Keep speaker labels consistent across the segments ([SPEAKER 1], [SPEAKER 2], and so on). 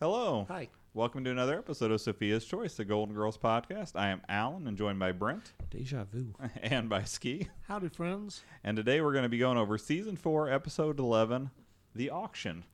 [SPEAKER 1] Hello.
[SPEAKER 2] Hi.
[SPEAKER 1] Welcome to another episode of Sophia's Choice, the Golden Girls podcast. I am Alan and joined by Brent
[SPEAKER 3] Deja vu.
[SPEAKER 1] and by Ski.
[SPEAKER 2] Howdy, friends.
[SPEAKER 1] And today we're going to be going over season four, episode 11, The Auction.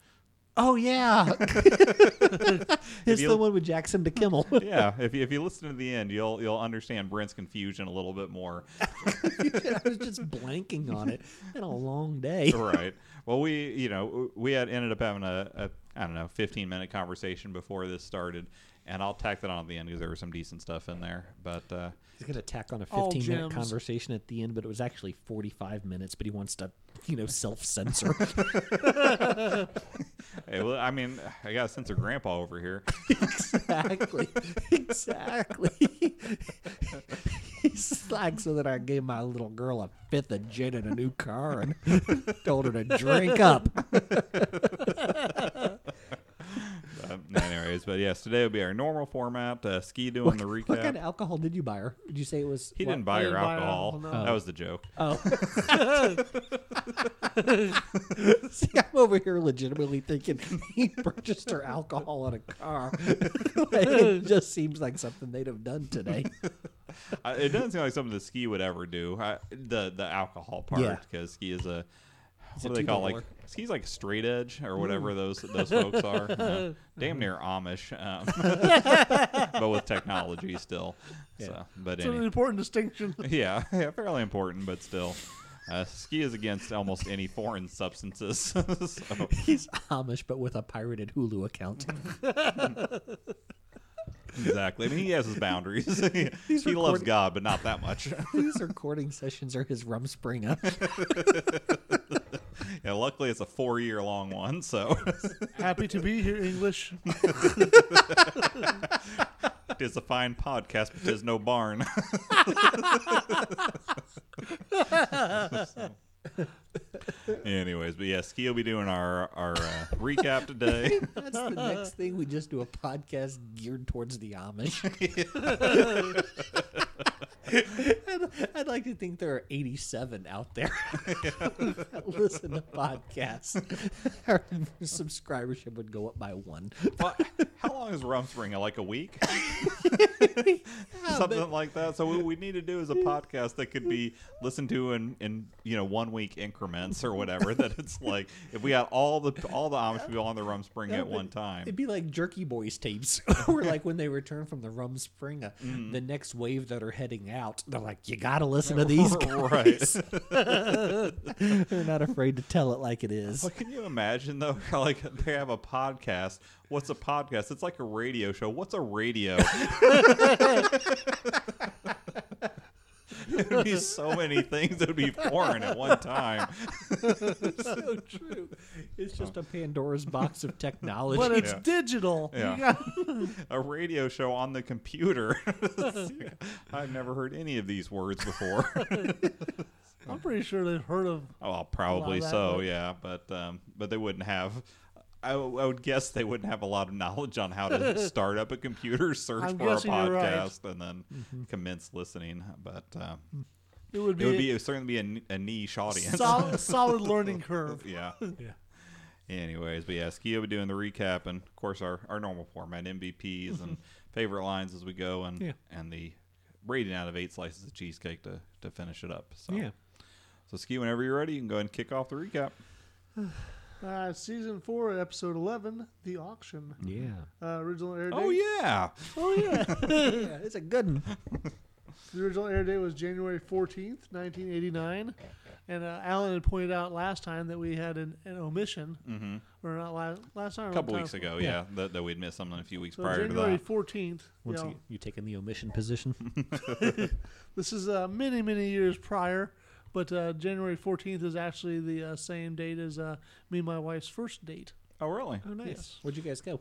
[SPEAKER 2] Oh, yeah. it's
[SPEAKER 1] you-
[SPEAKER 2] the one with Jackson DeKimmel.
[SPEAKER 1] Yeah, if you, if you listen to the end, you'll you'll understand Brent's confusion a little bit more.
[SPEAKER 2] I was just blanking on it. Been a long day.
[SPEAKER 1] right. Well, we you know we had ended up having a, a I don't know 15 minute conversation before this started, and I'll tack that on at the end because there was some decent stuff in there. But uh,
[SPEAKER 2] He's going to tack on a
[SPEAKER 3] All
[SPEAKER 2] 15 minute
[SPEAKER 3] gems.
[SPEAKER 2] conversation at the end, but it was actually 45 minutes, but he wants to, you know, self censor.
[SPEAKER 1] hey, well, I mean, I got to censor Grandpa over here.
[SPEAKER 2] exactly. Exactly. He's like, so that I gave my little girl a fifth of gin and a new car and told her to drink up.
[SPEAKER 1] Um, anyways, but yes, today will be our normal format. Uh, Ski doing the recap.
[SPEAKER 2] What kind of alcohol did you buy her? Did you say it was?
[SPEAKER 1] he
[SPEAKER 2] what?
[SPEAKER 1] didn't buy
[SPEAKER 3] he
[SPEAKER 1] her
[SPEAKER 3] didn't buy
[SPEAKER 1] alcohol.
[SPEAKER 3] alcohol, no.
[SPEAKER 1] That was the joke.
[SPEAKER 2] Oh. See, I'm over here legitimately thinking he purchased her alcohol in a car. Like, it just seems like something they'd have done today.
[SPEAKER 1] I, it doesn't seem like something the ski would ever do. I, the the alcohol part
[SPEAKER 2] Yeah.
[SPEAKER 1] because ski is a
[SPEAKER 3] He's
[SPEAKER 1] what do
[SPEAKER 3] a
[SPEAKER 1] they call like
[SPEAKER 3] two-dollar.
[SPEAKER 1] ski's like straight edge or whatever those those folks are. you know. damn near Amish, um, but with technology still. So, but
[SPEAKER 3] It's an
[SPEAKER 1] any,
[SPEAKER 3] important distinction.
[SPEAKER 1] yeah, yeah, fairly important, but still. Uh, ski is against almost any foreign substances. so,
[SPEAKER 2] He's Amish, but with a pirated Hulu account.
[SPEAKER 1] exactly. I mean, he has his boundaries. he loves
[SPEAKER 2] recording-
[SPEAKER 1] God, but not that much.
[SPEAKER 2] These recording sessions are his rum springer.
[SPEAKER 1] yeah, luckily, it's a four-year-long one, so
[SPEAKER 3] Happy to be here, English.
[SPEAKER 1] Tis a fine podcast, but tis no barn. Anyways, but yeah, Ski will be doing our our uh, recap today.
[SPEAKER 2] That's the next thing. We just do a podcast geared towards the Amish. I'd, I'd like to think there are 87 out there that listen to podcasts. Our subscribership would go up by one.
[SPEAKER 1] Well, how long is Rumspringa? Like a week,
[SPEAKER 2] Yeah,
[SPEAKER 1] something
[SPEAKER 2] but
[SPEAKER 1] like that. So what we need to do is a podcast that could be listened to in in you know one week increments or whatever. That it's like if we had all the all the Amish people on the Rumspringa at one
[SPEAKER 2] It'd
[SPEAKER 1] time.
[SPEAKER 2] be like Jerky Boys tapes, where like when they return from the Rum Springa,
[SPEAKER 1] Mm-hmm.
[SPEAKER 2] the next wave that are heading out, they're like, "You gotta listen to these
[SPEAKER 1] Right.
[SPEAKER 2] guys." they're not afraid to tell it like it is.
[SPEAKER 1] But can you imagine though? Like they have a podcast. What's a podcast? It's like a radio show. What's a radio? it would be so many things that would be foreign at one time.
[SPEAKER 2] so true. It's just a Oh. Pandora's box of technology.
[SPEAKER 3] But it's
[SPEAKER 1] Yeah.
[SPEAKER 3] digital.
[SPEAKER 1] Yeah.
[SPEAKER 3] You got-
[SPEAKER 1] A radio show on the computer. I've never heard any of these words before.
[SPEAKER 3] I'm pretty sure they've heard of.
[SPEAKER 1] well, probably
[SPEAKER 3] that
[SPEAKER 1] so,
[SPEAKER 3] would-
[SPEAKER 1] yeah. But um, but they wouldn't have. I, w- I would guess they wouldn't have a lot of knowledge on how to start up a computer, search
[SPEAKER 3] I'm
[SPEAKER 1] for a
[SPEAKER 3] guessing you're right.
[SPEAKER 1] podcast, and then commence listening. But um,
[SPEAKER 3] It would
[SPEAKER 1] it would
[SPEAKER 3] Mm-hmm. be,
[SPEAKER 1] be it would certainly be a, n- a niche
[SPEAKER 3] a
[SPEAKER 1] audience.
[SPEAKER 3] sol- solid learning curve.
[SPEAKER 1] yeah.
[SPEAKER 3] Yeah.
[SPEAKER 1] Anyways, but yeah, Ski will be doing the recap, and of course our, our normal format MVPs and favorite lines as we go, and
[SPEAKER 3] Yeah.
[SPEAKER 1] and the rating out of eight slices of cheesecake to to finish it up. So
[SPEAKER 2] Yeah.
[SPEAKER 1] So Ski, whenever you're ready, you can go ahead and kick off the recap.
[SPEAKER 3] Uh, season 4, episode 11, The Auction.
[SPEAKER 2] Yeah.
[SPEAKER 3] Uh, original air date.
[SPEAKER 1] Oh yeah.
[SPEAKER 2] Oh yeah. it's a good one.
[SPEAKER 3] The original air date was January 14th, 1989. And uh, Alan had pointed out last time that we had an, an omission.
[SPEAKER 1] Mm-hmm.
[SPEAKER 3] Or not last, last time. or
[SPEAKER 1] A
[SPEAKER 3] the
[SPEAKER 1] couple
[SPEAKER 3] time
[SPEAKER 1] weeks ago, yeah,
[SPEAKER 2] yeah.
[SPEAKER 1] that, that we'd missed something a few weeks
[SPEAKER 3] Oh, So
[SPEAKER 1] prior
[SPEAKER 3] January
[SPEAKER 1] to
[SPEAKER 3] 14th. you
[SPEAKER 2] Once
[SPEAKER 3] know,
[SPEAKER 2] you, you take in the omission position.
[SPEAKER 3] This is uh, many, many years prior, but uh, January 14th is actually the uh, same date as uh, me and my wife's first date.
[SPEAKER 1] that. Oh, really?
[SPEAKER 3] Oh, nice.
[SPEAKER 2] Where'd you guys go?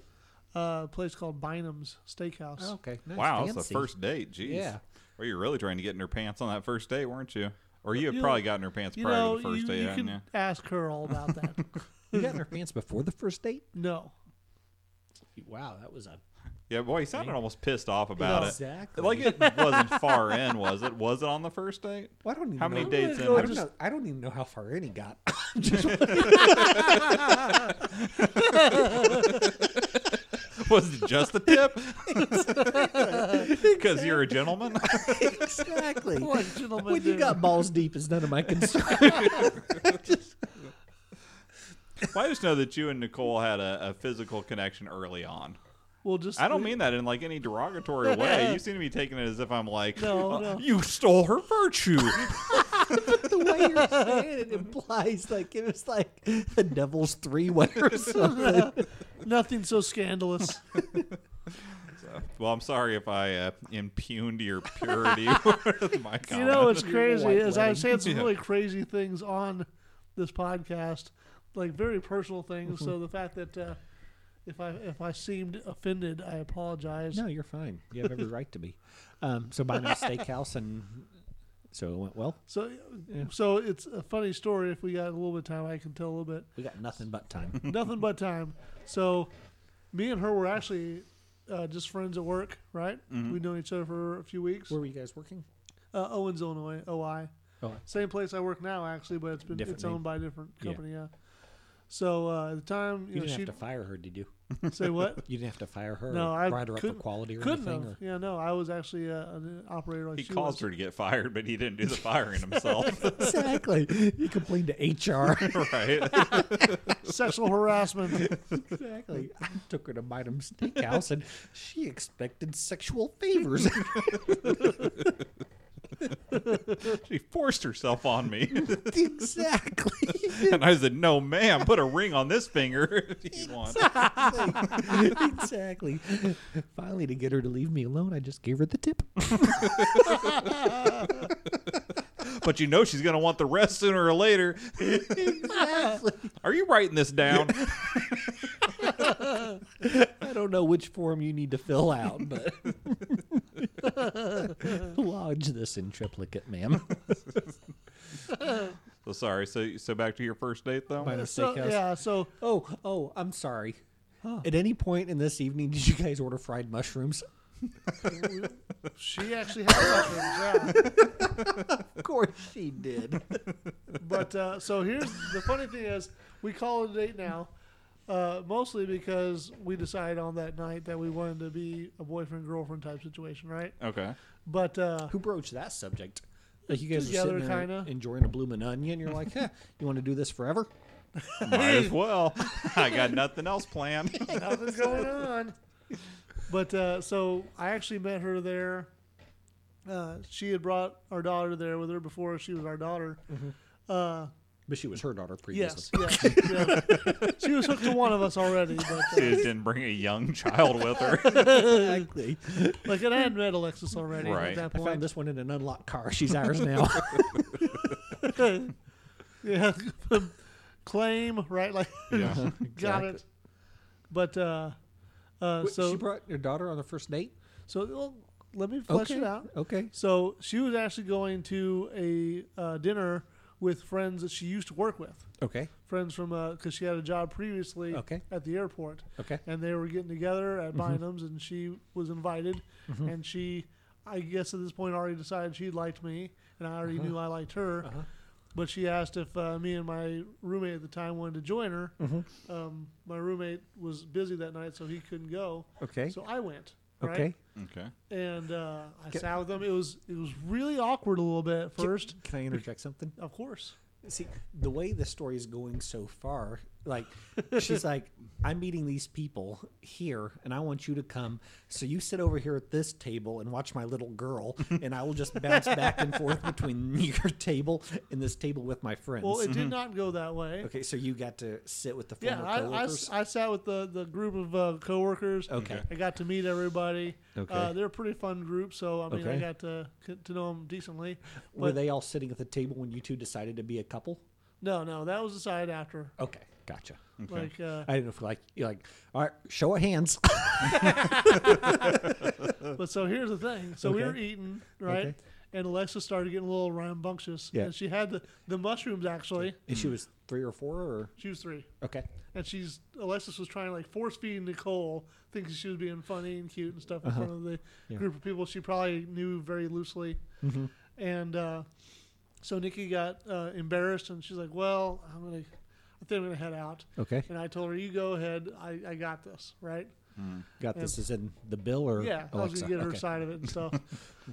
[SPEAKER 3] Uh, a place called Bynum's Steakhouse.
[SPEAKER 2] Oh, okay. Nice.
[SPEAKER 1] wow,
[SPEAKER 2] Fancy.
[SPEAKER 1] that's the first date. Jeez.
[SPEAKER 2] Yeah.
[SPEAKER 1] Well, you're really trying to get in her pants on that first date, weren't you? Or you had
[SPEAKER 3] You
[SPEAKER 1] probably gotten her pants
[SPEAKER 3] You
[SPEAKER 1] prior
[SPEAKER 3] know,
[SPEAKER 1] to the first
[SPEAKER 3] you,
[SPEAKER 1] date,
[SPEAKER 3] you
[SPEAKER 1] hadn't
[SPEAKER 3] can
[SPEAKER 1] you?
[SPEAKER 3] ask her all about that.
[SPEAKER 2] You got in her pants before the first date?
[SPEAKER 3] no.
[SPEAKER 2] Wow, that was a
[SPEAKER 1] Yeah, boy, he sounded almost pissed off about it.
[SPEAKER 2] exactly.
[SPEAKER 1] Like it wasn't far in, was it? Was it on the first date?
[SPEAKER 2] Well, I don't even
[SPEAKER 1] How many
[SPEAKER 2] know.
[SPEAKER 1] dates
[SPEAKER 3] gonna
[SPEAKER 1] in?
[SPEAKER 3] go
[SPEAKER 2] I
[SPEAKER 1] was
[SPEAKER 2] don't,
[SPEAKER 1] it?
[SPEAKER 2] know, I don't even know how far in he got.
[SPEAKER 1] was it just the tip? Because you're a gentleman.
[SPEAKER 2] exactly.
[SPEAKER 3] What gentlemen
[SPEAKER 2] when you
[SPEAKER 3] do.
[SPEAKER 2] got balls deep is none of my concern.
[SPEAKER 1] well, I just know that you and Nicole had a, a physical connection early on.
[SPEAKER 3] well, just
[SPEAKER 1] I don't mean that in like any derogatory way. You seem to be taking it as if I'm like,
[SPEAKER 3] No,
[SPEAKER 1] "Oh,
[SPEAKER 3] no.
[SPEAKER 1] you stole her virtue.
[SPEAKER 2] the way you're saying it implies like it was like the devil's three way or something.
[SPEAKER 3] nothing so scandalous.
[SPEAKER 1] well, I'm sorry if I uh, impugned your purity with my
[SPEAKER 3] you know what's
[SPEAKER 1] comments.
[SPEAKER 3] crazy
[SPEAKER 2] white
[SPEAKER 3] is
[SPEAKER 2] wedding.
[SPEAKER 3] I've said some
[SPEAKER 1] Yeah.
[SPEAKER 3] really crazy things on this podcast, like very personal things. so the fact that uh, if I if I seemed offended, I apologize.
[SPEAKER 2] No, you're fine. You have every right to be. Um, so mine was steakhouse, and so it went well.
[SPEAKER 3] So so it's a funny story. If we got a little bit of time, I can tell a little bit.
[SPEAKER 2] We got nothing but time.
[SPEAKER 3] Nothing but time. So me and her were actually uh, just friends at work, right? We've known each other for a few weeks.
[SPEAKER 2] Where Mm-hmm. were you guys working?
[SPEAKER 3] uh, Owens, Illinois, OI.
[SPEAKER 2] Oh,
[SPEAKER 3] Same place I work now, actually, but it's been
[SPEAKER 2] Different
[SPEAKER 3] it's
[SPEAKER 2] name.
[SPEAKER 3] owned by a different
[SPEAKER 2] Yeah.
[SPEAKER 3] company. Yeah. So uh, at the time,
[SPEAKER 2] you
[SPEAKER 3] you, know,
[SPEAKER 2] didn't
[SPEAKER 3] she
[SPEAKER 2] have to fire her, did you?
[SPEAKER 3] say what?
[SPEAKER 2] You didn't have to fire her.
[SPEAKER 3] No,
[SPEAKER 2] or
[SPEAKER 3] I
[SPEAKER 2] write her up for
[SPEAKER 3] couldn't-
[SPEAKER 2] quality or
[SPEAKER 3] Couldn't
[SPEAKER 2] anything.
[SPEAKER 3] have. Yeah, no, I was actually uh, an operator. Like
[SPEAKER 1] He
[SPEAKER 3] she
[SPEAKER 1] caused
[SPEAKER 3] was.
[SPEAKER 1] her to get fired, but he didn't do the firing himself.
[SPEAKER 2] Or... Exactly. You complained to HR.
[SPEAKER 1] right?
[SPEAKER 3] sexual harassment.
[SPEAKER 2] exactly. I took her to Bynum's Steakhouse, and she expected sexual favors.
[SPEAKER 1] She forced herself on me.
[SPEAKER 2] exactly.
[SPEAKER 1] And I said, no, ma'am, put a ring on this finger if you want.
[SPEAKER 2] exactly. Finally, to get her to leave me alone, I just gave her the tip.
[SPEAKER 1] But you know she's going to want the rest sooner or later.
[SPEAKER 2] exactly.
[SPEAKER 1] Are you writing this down?
[SPEAKER 2] I don't know which form you need to fill out, but lodge this in triplicate, ma'am.
[SPEAKER 1] so sorry. So so back to your first date though.
[SPEAKER 2] Mine is-
[SPEAKER 3] so
[SPEAKER 2] Steakhouse.
[SPEAKER 3] yeah, so
[SPEAKER 2] Oh, oh, I'm sorry. At any point in this evening, did you guys order fried mushrooms?
[SPEAKER 3] she actually had mushrooms. Yeah,
[SPEAKER 2] Of course she did.
[SPEAKER 3] but uh, so here's the funny thing is we call it a date now. Uh, mostly because we decided on that night that we wanted to be a boyfriend girlfriend type situation, right?
[SPEAKER 1] Okay.
[SPEAKER 3] But uh,
[SPEAKER 2] Who broached that subject? Like you guys
[SPEAKER 3] Together,
[SPEAKER 2] are sitting there
[SPEAKER 3] kinda.
[SPEAKER 2] enjoying a blooming onion. You're like, huh, you want to do this forever?
[SPEAKER 1] Might as well. I got nothing else planned.
[SPEAKER 3] nothing's going on. But uh, so I actually met her there. Uh, she had brought our daughter there with her before she was our daughter. Uh,
[SPEAKER 2] But she was her daughter previously.
[SPEAKER 3] yes, yes, yes. She was hooked to one of us already. But,
[SPEAKER 1] She
[SPEAKER 3] uh,
[SPEAKER 1] just didn't bring a young child with her.
[SPEAKER 2] exactly.
[SPEAKER 3] like, and I had met Alexis already
[SPEAKER 1] Right.
[SPEAKER 3] at that
[SPEAKER 2] I found
[SPEAKER 3] point.
[SPEAKER 2] this one in an unlocked car. She's ours now.
[SPEAKER 3] yeah, claim right, like
[SPEAKER 1] Yeah.
[SPEAKER 3] got it. But uh, uh,
[SPEAKER 2] Wait,
[SPEAKER 3] so
[SPEAKER 2] she brought your daughter on the first date.
[SPEAKER 3] so well, let me flesh it out.
[SPEAKER 2] Okay.
[SPEAKER 3] So she was actually going to a uh, dinner with friends that she used to work with,
[SPEAKER 2] Okay.
[SPEAKER 3] friends from because she had a job previously
[SPEAKER 2] Okay.
[SPEAKER 3] at the airport,
[SPEAKER 2] Okay.
[SPEAKER 3] and they were getting together at
[SPEAKER 2] Mm-hmm.
[SPEAKER 3] Bynum's, and she was invited, and she, I guess at this point already decided she liked me, and I already
[SPEAKER 2] Mm-hmm.
[SPEAKER 3] knew I liked her,
[SPEAKER 2] Uh-huh.
[SPEAKER 3] but she asked if uh, me and my roommate at the time wanted to join her.
[SPEAKER 2] Mm-hmm.
[SPEAKER 3] Um, my roommate was busy that night, so he couldn't go.
[SPEAKER 2] Okay.
[SPEAKER 3] So I went. Right?
[SPEAKER 2] okay.
[SPEAKER 1] Okay.
[SPEAKER 3] and uh, I sat with them. It was it was really awkward a little bit at first,
[SPEAKER 2] Can, can I interject something?
[SPEAKER 3] of course.
[SPEAKER 2] See, the way the story is going so far, like she's like, I'm meeting these people here, and I want you to come. So you sit over here at this table and watch my little girl, and I will just bounce back and forth between your table and this table with my friends.
[SPEAKER 3] Well, it did not go that way.
[SPEAKER 2] Mm-hmm. okay, so you got to sit with the
[SPEAKER 3] Yeah,
[SPEAKER 2] former
[SPEAKER 3] I, I,
[SPEAKER 2] coworkers.
[SPEAKER 3] I sat with the, the group of uh, coworkers.
[SPEAKER 2] Okay.
[SPEAKER 3] I got to meet everybody.
[SPEAKER 2] Okay.
[SPEAKER 3] Uh, they're a pretty fun group, so I mean, I
[SPEAKER 2] Okay.
[SPEAKER 3] got to to know them decently.
[SPEAKER 2] Were
[SPEAKER 3] But
[SPEAKER 2] they all sitting at the table when you two decided to be a couple?
[SPEAKER 3] no, no, that was decided after.
[SPEAKER 2] Okay, gotcha.
[SPEAKER 3] Like, uh,
[SPEAKER 2] I didn't know if like you're like, all right, show of hands.
[SPEAKER 3] but so here's the thing. So we were
[SPEAKER 2] Okay.
[SPEAKER 3] eating, right?
[SPEAKER 2] Okay.
[SPEAKER 3] And Alexa started getting a little rambunctious.
[SPEAKER 2] Yeah.
[SPEAKER 3] And she had the, the mushrooms actually.
[SPEAKER 2] and she was three or four, or
[SPEAKER 3] She was three.
[SPEAKER 2] okay,
[SPEAKER 3] and she's Alexis was trying to like force feed Nicole, thinking she was being funny and cute and stuff in front of the
[SPEAKER 2] Uh-huh. Yeah. Mm-hmm.
[SPEAKER 3] group of people she probably knew very loosely. And uh, so Nikki got uh, embarrassed and she's like, "Well, I'm gonna, I think I'm going to head out.
[SPEAKER 2] Okay.
[SPEAKER 3] And I told her, you go ahead. I, I got this, right?
[SPEAKER 2] Got this as in the bill or
[SPEAKER 3] Yeah, I was
[SPEAKER 2] Alexa?
[SPEAKER 3] going to get her
[SPEAKER 2] okay.
[SPEAKER 3] side of it and stuff.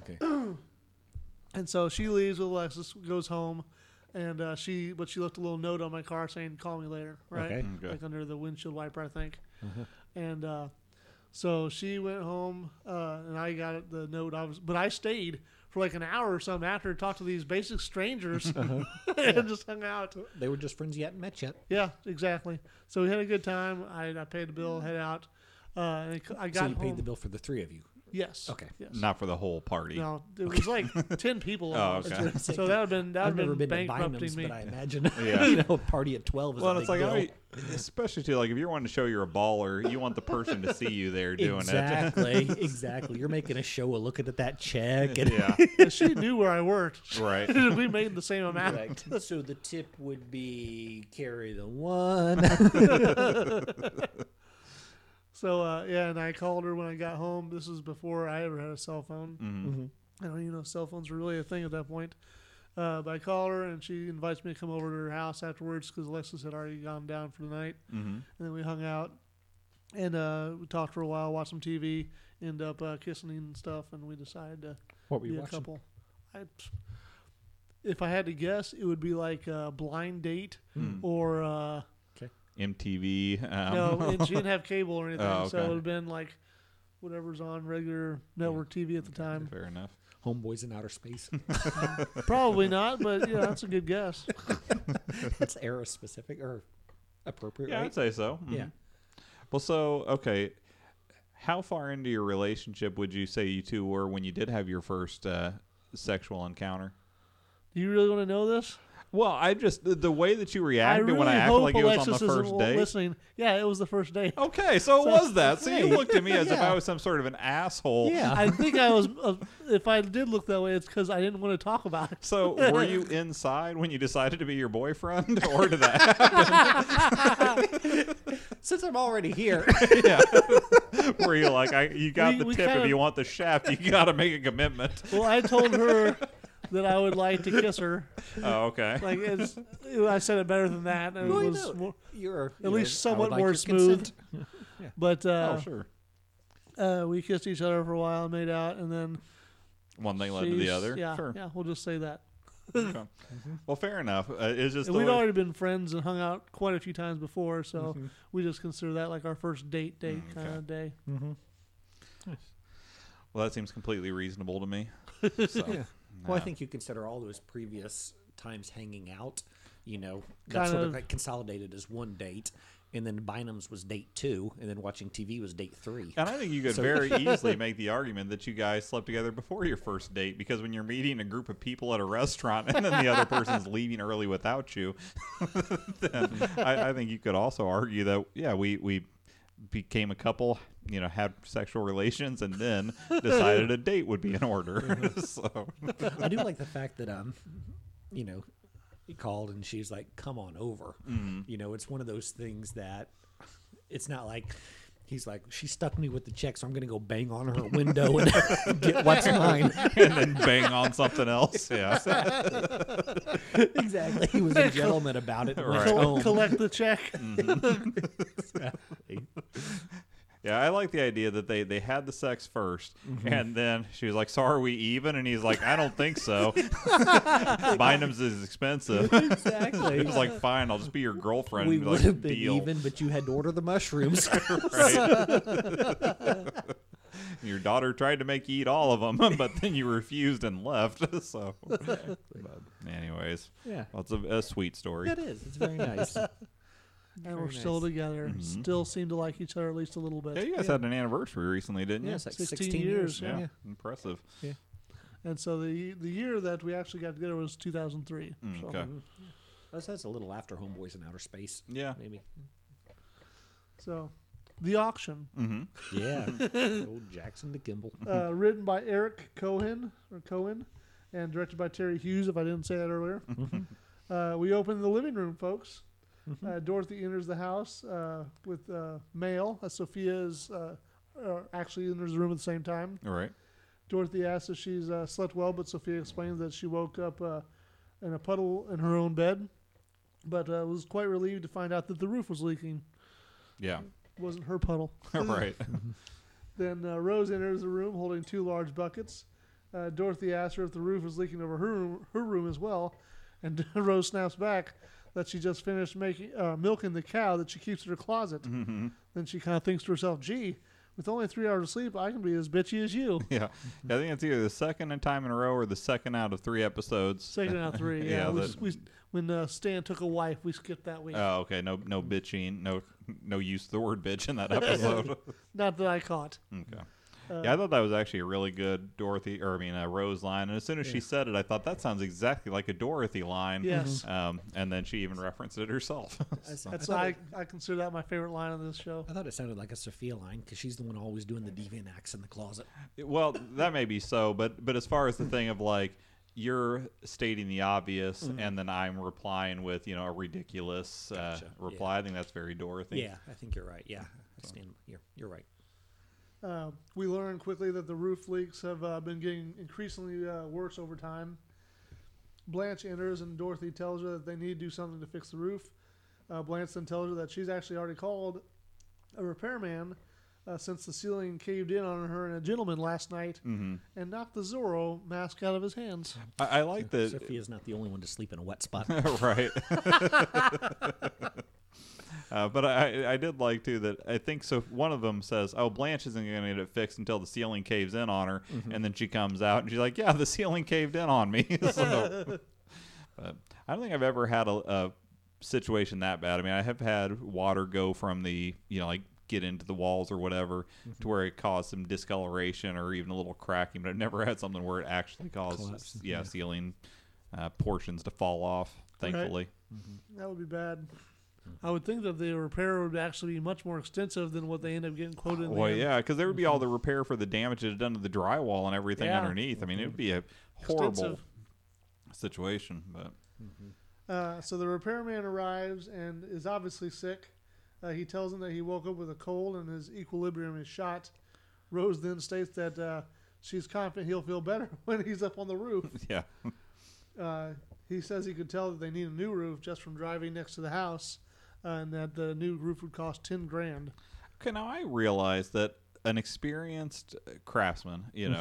[SPEAKER 2] Okay.
[SPEAKER 3] And so she leaves with Alexis, goes home, and uh, she but she left a little note on my car saying, "Call me later," right?
[SPEAKER 2] Okay.
[SPEAKER 1] Okay.
[SPEAKER 3] Like under the windshield wiper, I think.
[SPEAKER 2] Mm-hmm.
[SPEAKER 3] And uh, so she went home, uh, and I got the note. I was, but I stayed for like an hour or something after, talked to these basic strangers,
[SPEAKER 2] Uh-huh.
[SPEAKER 3] and just hung out.
[SPEAKER 2] They were just friends you hadn't met yet.
[SPEAKER 3] Yeah, exactly. So we had a good time. I, I paid the bill, head out. Uh, and I c- I got
[SPEAKER 2] So you
[SPEAKER 3] home.
[SPEAKER 2] paid the bill for the three of you.
[SPEAKER 3] Yes.
[SPEAKER 2] Okay.
[SPEAKER 3] Yes.
[SPEAKER 1] Not for the whole party.
[SPEAKER 3] No, it was like ten people.
[SPEAKER 1] Oh,
[SPEAKER 3] almost.
[SPEAKER 1] okay.
[SPEAKER 2] That's what
[SPEAKER 3] So
[SPEAKER 2] I'm saying.
[SPEAKER 3] that would have been that
[SPEAKER 2] I've
[SPEAKER 3] would
[SPEAKER 2] never
[SPEAKER 3] have been
[SPEAKER 2] been to
[SPEAKER 3] bankrupting
[SPEAKER 2] Bynum's,
[SPEAKER 3] me.
[SPEAKER 2] but I imagine
[SPEAKER 1] Yeah.
[SPEAKER 2] you know a party at twelve is
[SPEAKER 1] Well,
[SPEAKER 2] a big
[SPEAKER 1] it's like,
[SPEAKER 2] deal.
[SPEAKER 1] I mean, especially too, like if you're wanting to show you're a baller, you want the person to see you there doing
[SPEAKER 2] exactly, exactly. You're making a show of looking at that check and
[SPEAKER 1] it. yeah,
[SPEAKER 3] If she knew where I worked.
[SPEAKER 1] right.
[SPEAKER 3] we made the same amount.
[SPEAKER 2] Correct. So the tip would be carry the one.
[SPEAKER 3] So uh, yeah, and I called her when I got home. This was before I ever had a cell phone.
[SPEAKER 2] Mm-hmm.
[SPEAKER 3] I don't even know if cell phones were really a thing at that point. Uh, but I called her and she invites me to come over to her house afterwards because Alexis had already gone down for the night.
[SPEAKER 1] Mhm.
[SPEAKER 3] And then we hung out and uh, we talked for a while, watched some TV, end up uh, kissing and stuff, and we decided to
[SPEAKER 2] What were
[SPEAKER 3] be a couple. I, if I had to guess, it would be like a blind date or. Uh,
[SPEAKER 1] MTV. Hmm. Um,
[SPEAKER 3] No, and she didn't have cable or anything,
[SPEAKER 1] Oh,
[SPEAKER 3] so it
[SPEAKER 1] okay.
[SPEAKER 3] would have been like whatever's on regular network TV at the time.
[SPEAKER 1] Fair enough.
[SPEAKER 2] Homeboys in outer space.
[SPEAKER 3] Probably not, but yeah, that's a good guess.
[SPEAKER 2] That's era specific or appropriate,
[SPEAKER 1] Yeah,
[SPEAKER 2] right?
[SPEAKER 1] I'd say so. Mhm.
[SPEAKER 2] Yeah.
[SPEAKER 1] Well, so okay, how far into your relationship would you say you two were when you did have your first uh, sexual encounter?
[SPEAKER 3] Do you really want to know this?
[SPEAKER 1] Well, I just the, the way that you
[SPEAKER 3] I
[SPEAKER 1] reacted
[SPEAKER 3] really
[SPEAKER 1] when I acted
[SPEAKER 3] hope
[SPEAKER 1] like
[SPEAKER 3] Alexis
[SPEAKER 1] it was on the
[SPEAKER 3] isn't
[SPEAKER 1] first date. Oh.
[SPEAKER 3] listening. Yeah, it was the first date.
[SPEAKER 1] Okay, so, it was that. So you
[SPEAKER 2] hey.
[SPEAKER 1] looked at me as if
[SPEAKER 2] Yeah.
[SPEAKER 1] I was some sort of an asshole.
[SPEAKER 2] Yeah.
[SPEAKER 3] I think I was. Uh, if I did look that way, it's because I didn't want to talk about it.
[SPEAKER 1] So were you inside when you decided to be your boyfriend, or did that?
[SPEAKER 2] Since I'm already here,
[SPEAKER 1] yeah. Were you like, I, you got
[SPEAKER 3] We-
[SPEAKER 1] the
[SPEAKER 3] we
[SPEAKER 1] tip
[SPEAKER 3] kind
[SPEAKER 1] if
[SPEAKER 3] of-
[SPEAKER 1] you want the shaft, you got to make a commitment.
[SPEAKER 3] Well, I told her that I would like to kiss her.
[SPEAKER 1] Oh, okay.
[SPEAKER 3] Like it's, I said it better than that. and It
[SPEAKER 2] Well, you
[SPEAKER 3] was
[SPEAKER 2] know,
[SPEAKER 3] more,
[SPEAKER 2] you're
[SPEAKER 3] at least somewhat more smooth. But uh,
[SPEAKER 1] oh, sure.
[SPEAKER 3] uh, we kissed each other for a while, made out, and then
[SPEAKER 1] One thing led to the
[SPEAKER 3] She's-
[SPEAKER 1] other.
[SPEAKER 3] Yeah,
[SPEAKER 1] Sure.
[SPEAKER 3] yeah. We'll just say that.
[SPEAKER 1] Okay. Well, fair enough. Uh, it's just
[SPEAKER 3] And
[SPEAKER 1] the
[SPEAKER 3] we'd
[SPEAKER 1] way-
[SPEAKER 3] already been friends and hung out quite a few times before, so
[SPEAKER 2] Mm-hmm.
[SPEAKER 3] we just consider that like our first date date
[SPEAKER 1] Mm,
[SPEAKER 3] kind
[SPEAKER 1] okay.
[SPEAKER 3] of day.
[SPEAKER 1] well, that seems completely reasonable to me. So,
[SPEAKER 2] Well, I
[SPEAKER 1] uh,
[SPEAKER 2] think you consider all those previous times hanging out. You know,
[SPEAKER 3] Kind
[SPEAKER 2] that's sort of
[SPEAKER 3] of-
[SPEAKER 2] like consolidated as one date, and then Bynum's was date two, and then watching TV was date three.
[SPEAKER 1] And I think you could
[SPEAKER 2] So-
[SPEAKER 1] very easily make the argument that you guys slept together before your first date because when you're meeting a group of people at a restaurant and then the other person's leaving early without you, then I, I think you could also argue that, yeah, we, we became a couple, you know, had sexual relations and then decided a date would be in order. so,
[SPEAKER 2] I do like the fact that um, you know, he called and she's like, "Come on over." You know, it's one of those things that it's not like he's like she stuck me with the check, so I'm gonna go bang on her window and get what's mine.
[SPEAKER 1] and then bang on something else. Yeah.
[SPEAKER 2] exactly, he was a gentleman about it. and went
[SPEAKER 1] Right. Oh. Mm.
[SPEAKER 3] Col-
[SPEAKER 2] home.
[SPEAKER 3] Collect the check.
[SPEAKER 1] Yeah, I like the idea that they, they had the sex 1st
[SPEAKER 2] Mm-hmm.
[SPEAKER 1] and then she was like, "So are we even?" And he's like, "I don't think so. Bynum's is expensive."
[SPEAKER 2] Exactly.
[SPEAKER 1] he was like, "Fine, I'll just be your girlfriend."
[SPEAKER 2] we
[SPEAKER 1] And be
[SPEAKER 2] would
[SPEAKER 1] like,
[SPEAKER 2] have been
[SPEAKER 1] Deal.
[SPEAKER 2] even, but you had to order the mushrooms.
[SPEAKER 1] Right? your daughter tried to make you eat all of them, but then you refused and left. so, but anyways,
[SPEAKER 2] yeah,
[SPEAKER 1] well, it's a, a sweet story.
[SPEAKER 2] it is. It's very nice.
[SPEAKER 3] and we're
[SPEAKER 2] Very
[SPEAKER 3] still
[SPEAKER 2] nice.
[SPEAKER 3] together.
[SPEAKER 1] Mm-hmm.
[SPEAKER 3] Still seem to like each other at least a little bit.
[SPEAKER 1] Yeah, you guys had an anniversary recently, didn't
[SPEAKER 2] Yeah,
[SPEAKER 1] you?
[SPEAKER 2] it's like
[SPEAKER 3] 16
[SPEAKER 2] 16,
[SPEAKER 3] years,
[SPEAKER 2] years.
[SPEAKER 1] Yeah,
[SPEAKER 2] yeah.
[SPEAKER 1] impressive.
[SPEAKER 3] And so the the year that we actually got together was 2003.
[SPEAKER 1] Mm,
[SPEAKER 3] so.
[SPEAKER 1] okay.
[SPEAKER 2] Uh-huh. That's, that's a little after Homeboys in Outer Space,
[SPEAKER 1] Yeah.
[SPEAKER 2] maybe.
[SPEAKER 3] so the auction,
[SPEAKER 1] Mm-hmm.
[SPEAKER 2] Yeah, old Jackson to Gimbal.
[SPEAKER 3] uh, written by Eric Cohen or Cohen, and directed by Terry Hughes. If I didn't say that earlier, uh, we open the living room, folks. Uh, Dorothy enters the house uh, with uh, mail. Uh, Sophia is uh, uh, actually enters the room at the same time.
[SPEAKER 1] All right.
[SPEAKER 3] Dorothy asks if she's uh, slept well, but Sophia explains that she woke up uh, in a puddle in her own bed. but uh, was quite relieved to find out that the roof was leaking.
[SPEAKER 1] Yeah.
[SPEAKER 3] wasn't her puddle.
[SPEAKER 2] Mm.
[SPEAKER 1] right.
[SPEAKER 3] Then uh, Rose enters the room holding two large buckets. Uh, Dorothy asks her if the roof is leaking over her room, her room as well, and Rose snaps back that she just finished making uh, milking the cow that she keeps in her closet.
[SPEAKER 1] Mhm.
[SPEAKER 3] Then she kind of thinks to herself, "Gee, with only three hours of sleep, I can be as bitchy as you."
[SPEAKER 1] Yeah. I think it's either the second time in a row or the second out of three episodes.
[SPEAKER 3] Second out of three. Yeah,
[SPEAKER 1] Yeah,
[SPEAKER 3] we,
[SPEAKER 1] that-
[SPEAKER 3] s- we, s- when uh, Stan took a wife, we skipped that week.
[SPEAKER 1] Oh, okay. No, no bitching. No, no use of the word bitch in that episode.
[SPEAKER 3] Not that I caught.
[SPEAKER 1] okay. yeah, I thought that was actually a really good Dorothy, or I mean, a Rose line. And as soon as she said it, I thought that sounds exactly like a Dorothy line.
[SPEAKER 3] Yes.
[SPEAKER 2] Mm-hmm.
[SPEAKER 1] Um, and then she even referenced it herself. So-
[SPEAKER 2] I
[SPEAKER 3] That's
[SPEAKER 2] thought
[SPEAKER 3] I,
[SPEAKER 2] it-
[SPEAKER 3] I consider that my favorite line on this show.
[SPEAKER 2] I thought it sounded like a Sophia line because she's the one always doing the deviant acts in the closet.
[SPEAKER 1] well, that may be so, but but as far as the thing of like you're stating the obvious, and then I'm replying with you know a ridiculous
[SPEAKER 2] Gotcha.
[SPEAKER 1] uh, reply. I think that's very Dorothy.
[SPEAKER 2] Yeah, I think you're right. Yeah, I stand. You're, you're right.
[SPEAKER 3] Uh, we learn quickly that the roof leaks have uh, been getting increasingly uh, worse over time. Blanche enters and Dorothy tells her that they need to do something to fix the roof. Uh, Blanche then tells her that she's actually already called a repairman uh, since the ceiling caved in on her and a gentleman last night and knocked the Zorro mask out of his hands.
[SPEAKER 1] I, I like that.
[SPEAKER 2] Sophia's not the only one to sleep in a wet spot.
[SPEAKER 1] right. Uh, but I, I did like too that I think so. One of them says, "Oh, Blanche isn't going to get it fixed until the ceiling caves in on her,"
[SPEAKER 2] Mm-hmm.
[SPEAKER 1] and then she comes out and she's like, "Yeah, the ceiling caved in on me." So- but I don't think I've ever had a, a situation that bad. I mean, I have had water go from the you know like get into the walls or whatever
[SPEAKER 2] Mm-hmm.
[SPEAKER 1] to where it caused some discoloration or even a little cracking, but I've never had something where it actually caused
[SPEAKER 2] Collapsed,
[SPEAKER 1] yeah,
[SPEAKER 2] yeah.
[SPEAKER 1] ceiling uh, portions to fall off.
[SPEAKER 3] Right.
[SPEAKER 1] Thankfully.
[SPEAKER 3] That would be bad. I would think that the repair would actually be much more extensive than what they end up getting quoted. in the
[SPEAKER 1] Well,
[SPEAKER 3] end.
[SPEAKER 1] yeah, because there would be all the repair for the damage it had done to the drywall and everything
[SPEAKER 3] Yeah.
[SPEAKER 1] underneath. I mean, it would be a horrible
[SPEAKER 3] Extensive.
[SPEAKER 1] situation. But
[SPEAKER 3] Uh, so the repairman arrives and is obviously sick. Uh, he tells him that he woke up with a cold and his equilibrium is shot. Rose then states that uh, she's confident he'll feel better when he's up on the roof.
[SPEAKER 1] yeah,
[SPEAKER 3] Uh, he says he could tell that they need a new roof just from driving next to the house, uh, and that the new roof would cost ten grand.
[SPEAKER 1] okay. Now I realize that an experienced uh, craftsman, you know,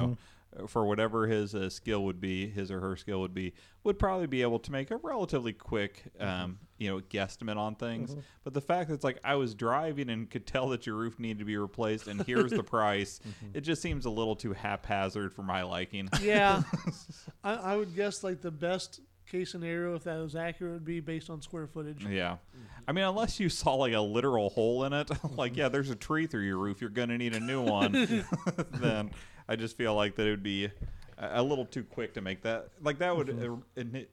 [SPEAKER 3] Mm-hmm.
[SPEAKER 1] for whatever his uh, skill would be, his or her skill would be, would probably be able to make a relatively quick,
[SPEAKER 3] Mm-hmm.
[SPEAKER 1] um, you know, guesstimate on things. But the fact that it's like I was driving and could tell that your roof needed to be replaced, and here's the price,
[SPEAKER 3] Mm-hmm.
[SPEAKER 1] it just seems a little too haphazard for my liking.
[SPEAKER 3] Yeah, I, I would guess like the best case scenario if that was accurate would be based on square footage.
[SPEAKER 1] Yeah.
[SPEAKER 3] Mm-hmm.
[SPEAKER 1] I mean, unless you saw like a literal hole in it, like, yeah, there's a tree through your roof, you're going to need a new one, then I just feel like that it would be a a little too quick to make that. Like, that would.
[SPEAKER 3] Mm-hmm.
[SPEAKER 1] uh, admit-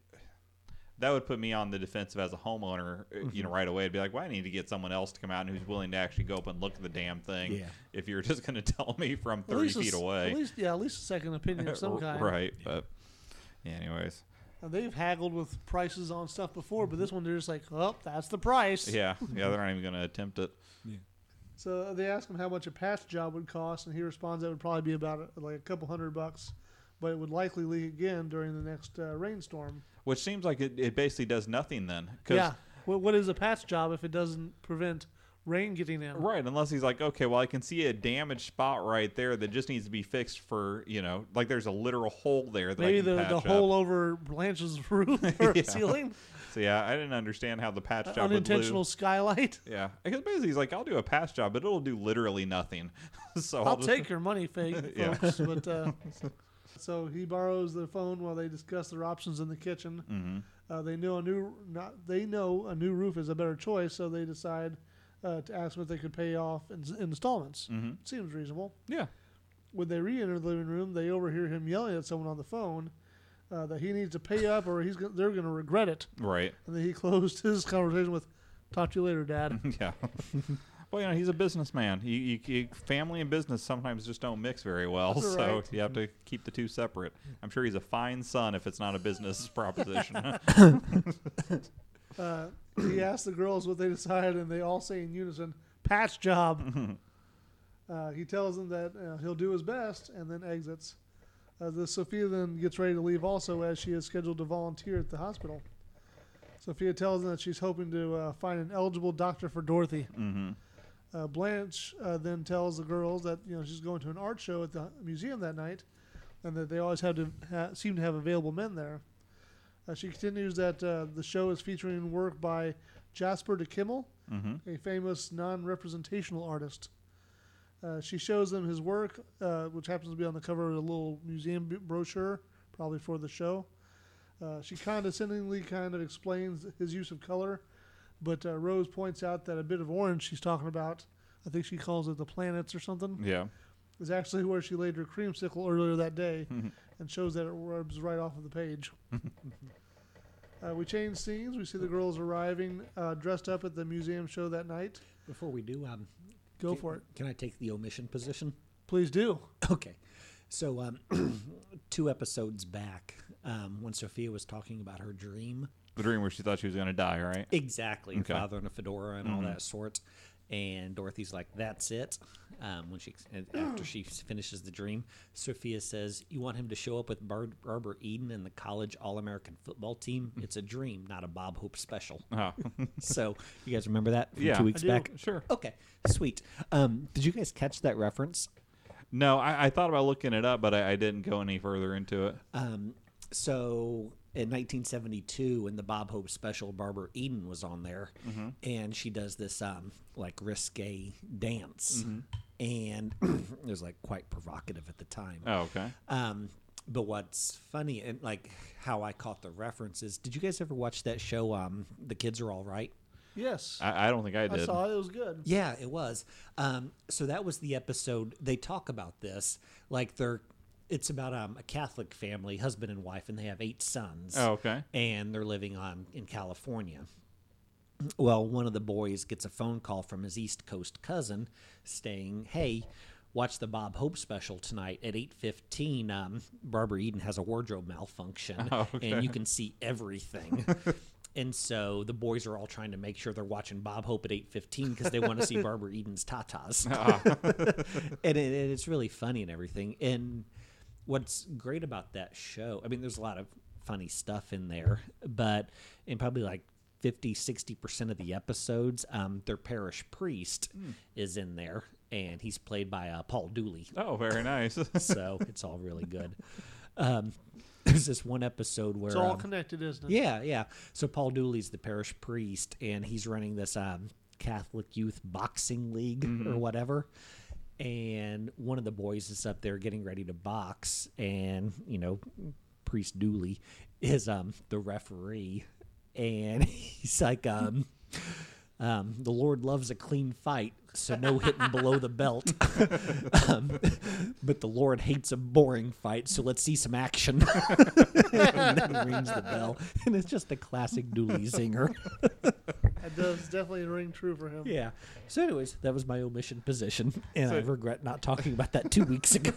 [SPEAKER 1] that would put me on the defensive as a homeowner, uh, you know,
[SPEAKER 3] Mm-hmm.
[SPEAKER 1] right away. I'd be like, "Well, I need to get someone else to come out and who's willing to actually go up and look at the damn thing."
[SPEAKER 2] Yeah.
[SPEAKER 1] If you're just going to tell me from
[SPEAKER 3] At
[SPEAKER 1] thirty
[SPEAKER 3] least a
[SPEAKER 1] feet
[SPEAKER 3] s-
[SPEAKER 1] away,
[SPEAKER 3] At least, yeah, at least a second opinion of some kind.
[SPEAKER 1] right? But, yeah, anyways,
[SPEAKER 3] Now, they've haggled with prices on stuff before, but this one they're just like, oh, that's the price.
[SPEAKER 1] yeah, yeah, they're not even going to attempt it.
[SPEAKER 3] So they ask him how much a patch job would cost, and he responds that would probably be about uh, like a couple hundred bucks, but it would likely leak again during the next uh, rainstorm.
[SPEAKER 1] Which seems like it, it basically does nothing then. 'cause-
[SPEAKER 3] Yeah. What, what is a patch job if it doesn't prevent rain getting in?
[SPEAKER 1] Right, unless he's like, okay, well, I can see a damaged spot right there that just needs to be fixed for, you know, like there's a literal hole there. That I
[SPEAKER 3] Maybe
[SPEAKER 1] can
[SPEAKER 3] the,
[SPEAKER 1] patch
[SPEAKER 3] the
[SPEAKER 1] up.
[SPEAKER 3] hole over Blanche's roof or ceiling,
[SPEAKER 1] So yeah, I didn't understand how the patch job
[SPEAKER 3] unintentional
[SPEAKER 1] would
[SPEAKER 3] skylight.
[SPEAKER 1] lose. Yeah, because basically he's like, I'll do a patch job, but it'll do literally nothing. so I'll,
[SPEAKER 3] I'll
[SPEAKER 1] just-
[SPEAKER 3] take your money, fake
[SPEAKER 1] Yeah.
[SPEAKER 3] folks. But uh, so he borrows the phone while they discuss their options in the kitchen. Uh, they know a new not they know a new roof is a better choice, so they decide uh, to ask them if they could pay off in, in installments. Seems reasonable.
[SPEAKER 1] Yeah,
[SPEAKER 3] When they re-enter the living room, they overhear him yelling at someone on the phone uh, that he needs to pay up, or he's gonna, they're going to regret it.
[SPEAKER 1] right.
[SPEAKER 3] And then he closed his conversation with, "Talk to you later, Dad."
[SPEAKER 1] Yeah. well, you know, he's a businessman. You, you, you, family and business sometimes just don't mix very well,
[SPEAKER 3] That's
[SPEAKER 1] so
[SPEAKER 3] right.
[SPEAKER 1] you have to keep the two separate. I'm sure he's a fine son if it's not a business proposition.
[SPEAKER 3] Uh, he asked the girls what they decided, and they all say in unison, "Patch job." uh, he tells them that uh, he'll do his best, and then exits. Uh, the Sophia then gets ready to leave, also as she is scheduled to volunteer at the hospital. Sophia tells them that she's hoping to uh, find an eligible doctor for Dorothy.
[SPEAKER 1] Mm-hmm.
[SPEAKER 3] Uh, Blanche uh, then tells the girls that you know she's going to an art show at the museum that night, and that they always have to ha- seem to have available men there. Uh, she continues that uh, the show is featuring work by Jasper de Kimmel,
[SPEAKER 1] Mm-hmm.
[SPEAKER 3] a famous non-representational artist. Uh, she shows them his work, uh, which happens to be on the cover of a little museum b- brochure, probably for the show. Uh, she condescendingly kind of explains his use of color, but uh, Rose points out that a bit of orange she's talking about, I think she calls it the planets or something,
[SPEAKER 1] Yeah.
[SPEAKER 3] is actually where she laid her creamsicle earlier that day
[SPEAKER 1] Mhm.
[SPEAKER 3] and shows that it rubs right off of the page. uh, we change scenes. We see the girls arriving uh, dressed up at the museum show that night.
[SPEAKER 2] Before we do, um,
[SPEAKER 3] Go
[SPEAKER 2] can-
[SPEAKER 3] for it.
[SPEAKER 2] Can I take the omission position?
[SPEAKER 3] Please do.
[SPEAKER 2] Okay. So, um, two episodes back, um, when Sophia was talking about her dream,
[SPEAKER 1] The dream where she thought she was going to die, right?
[SPEAKER 2] exactly,
[SPEAKER 1] Okay.
[SPEAKER 2] her father in a fedora and all that sort, and Dorothy's like, "That's it." Um, when she and after she finishes the dream, Sophia says, "You want him to show up with Bar- Barbara Eden and the college All-American football team? It's a dream, not a Bob Hope special."
[SPEAKER 1] Oh.
[SPEAKER 2] so, you guys remember that from
[SPEAKER 1] yeah.
[SPEAKER 2] two weeks
[SPEAKER 1] I do.
[SPEAKER 2] back?
[SPEAKER 1] Sure.
[SPEAKER 2] Okay, sweet. Um, did you guys catch that reference?
[SPEAKER 1] No, I, I thought about looking it up, but I, I didn't go any further into it.
[SPEAKER 2] Um, so in 1972, in the Bob Hope special, Barbara Eden was on there,
[SPEAKER 1] Mm-hmm.
[SPEAKER 2] and she does this um, like risque dance,
[SPEAKER 1] Mm-hmm.
[SPEAKER 2] and it was like quite provocative at the time.
[SPEAKER 1] Oh, okay.
[SPEAKER 2] Um, but what's funny and like how I caught the reference is, did you guys ever watch that show? Um, the kids are all right.
[SPEAKER 3] Yes.
[SPEAKER 1] I, I don't think I
[SPEAKER 3] I
[SPEAKER 1] did.
[SPEAKER 3] saw it. It was good.
[SPEAKER 2] Yeah, it was. Um, so that was the episode. They talk about this like they're. It's about um, a Catholic family, husband and wife, and they have eight sons.
[SPEAKER 1] Oh, okay.
[SPEAKER 2] and they're living on in California. Well, one of the boys gets a phone call from his East Coast cousin saying, "Hey, watch the Bob Hope special tonight at 8:15. Um, Barbara Eden has a wardrobe malfunction,
[SPEAKER 1] Oh, okay.
[SPEAKER 2] and you can see everything." and so the boys are all trying to make sure they're watching Bob Hope at 8:15 because they want to see Barbara Eden's tatas.
[SPEAKER 1] Ah,
[SPEAKER 2] and it, and it's really funny and everything. And what's great about that show, I mean, there's a lot of funny stuff in there, but in probably like 50, 60% of the episodes, um, their parish priest
[SPEAKER 3] Hmm.
[SPEAKER 2] is in there, and he's played by uh, Paul Dooley.
[SPEAKER 1] Oh, very nice.
[SPEAKER 2] So it's all really good. Um, there's this one episode where
[SPEAKER 3] It's all
[SPEAKER 2] um,
[SPEAKER 3] connected, isn't it?
[SPEAKER 2] yeah, yeah. So Paul Dooley's the parish priest, and he's running this um, Catholic youth boxing league or whatever. And one of the boys is up there getting ready to box, and you know, priest Dooley is um, the referee, and he's like, um, um, "The Lord loves a clean fight, so no hitting below the belt." um, but the Lord hates a boring fight, so let's see some action. and then rings the bell, and it's just a classic Dooley zinger.
[SPEAKER 3] It does definitely ring true for him.
[SPEAKER 2] yeah. So, anyways, that was my omission position, and I
[SPEAKER 1] So-
[SPEAKER 2] regret not talking about that two weeks ago.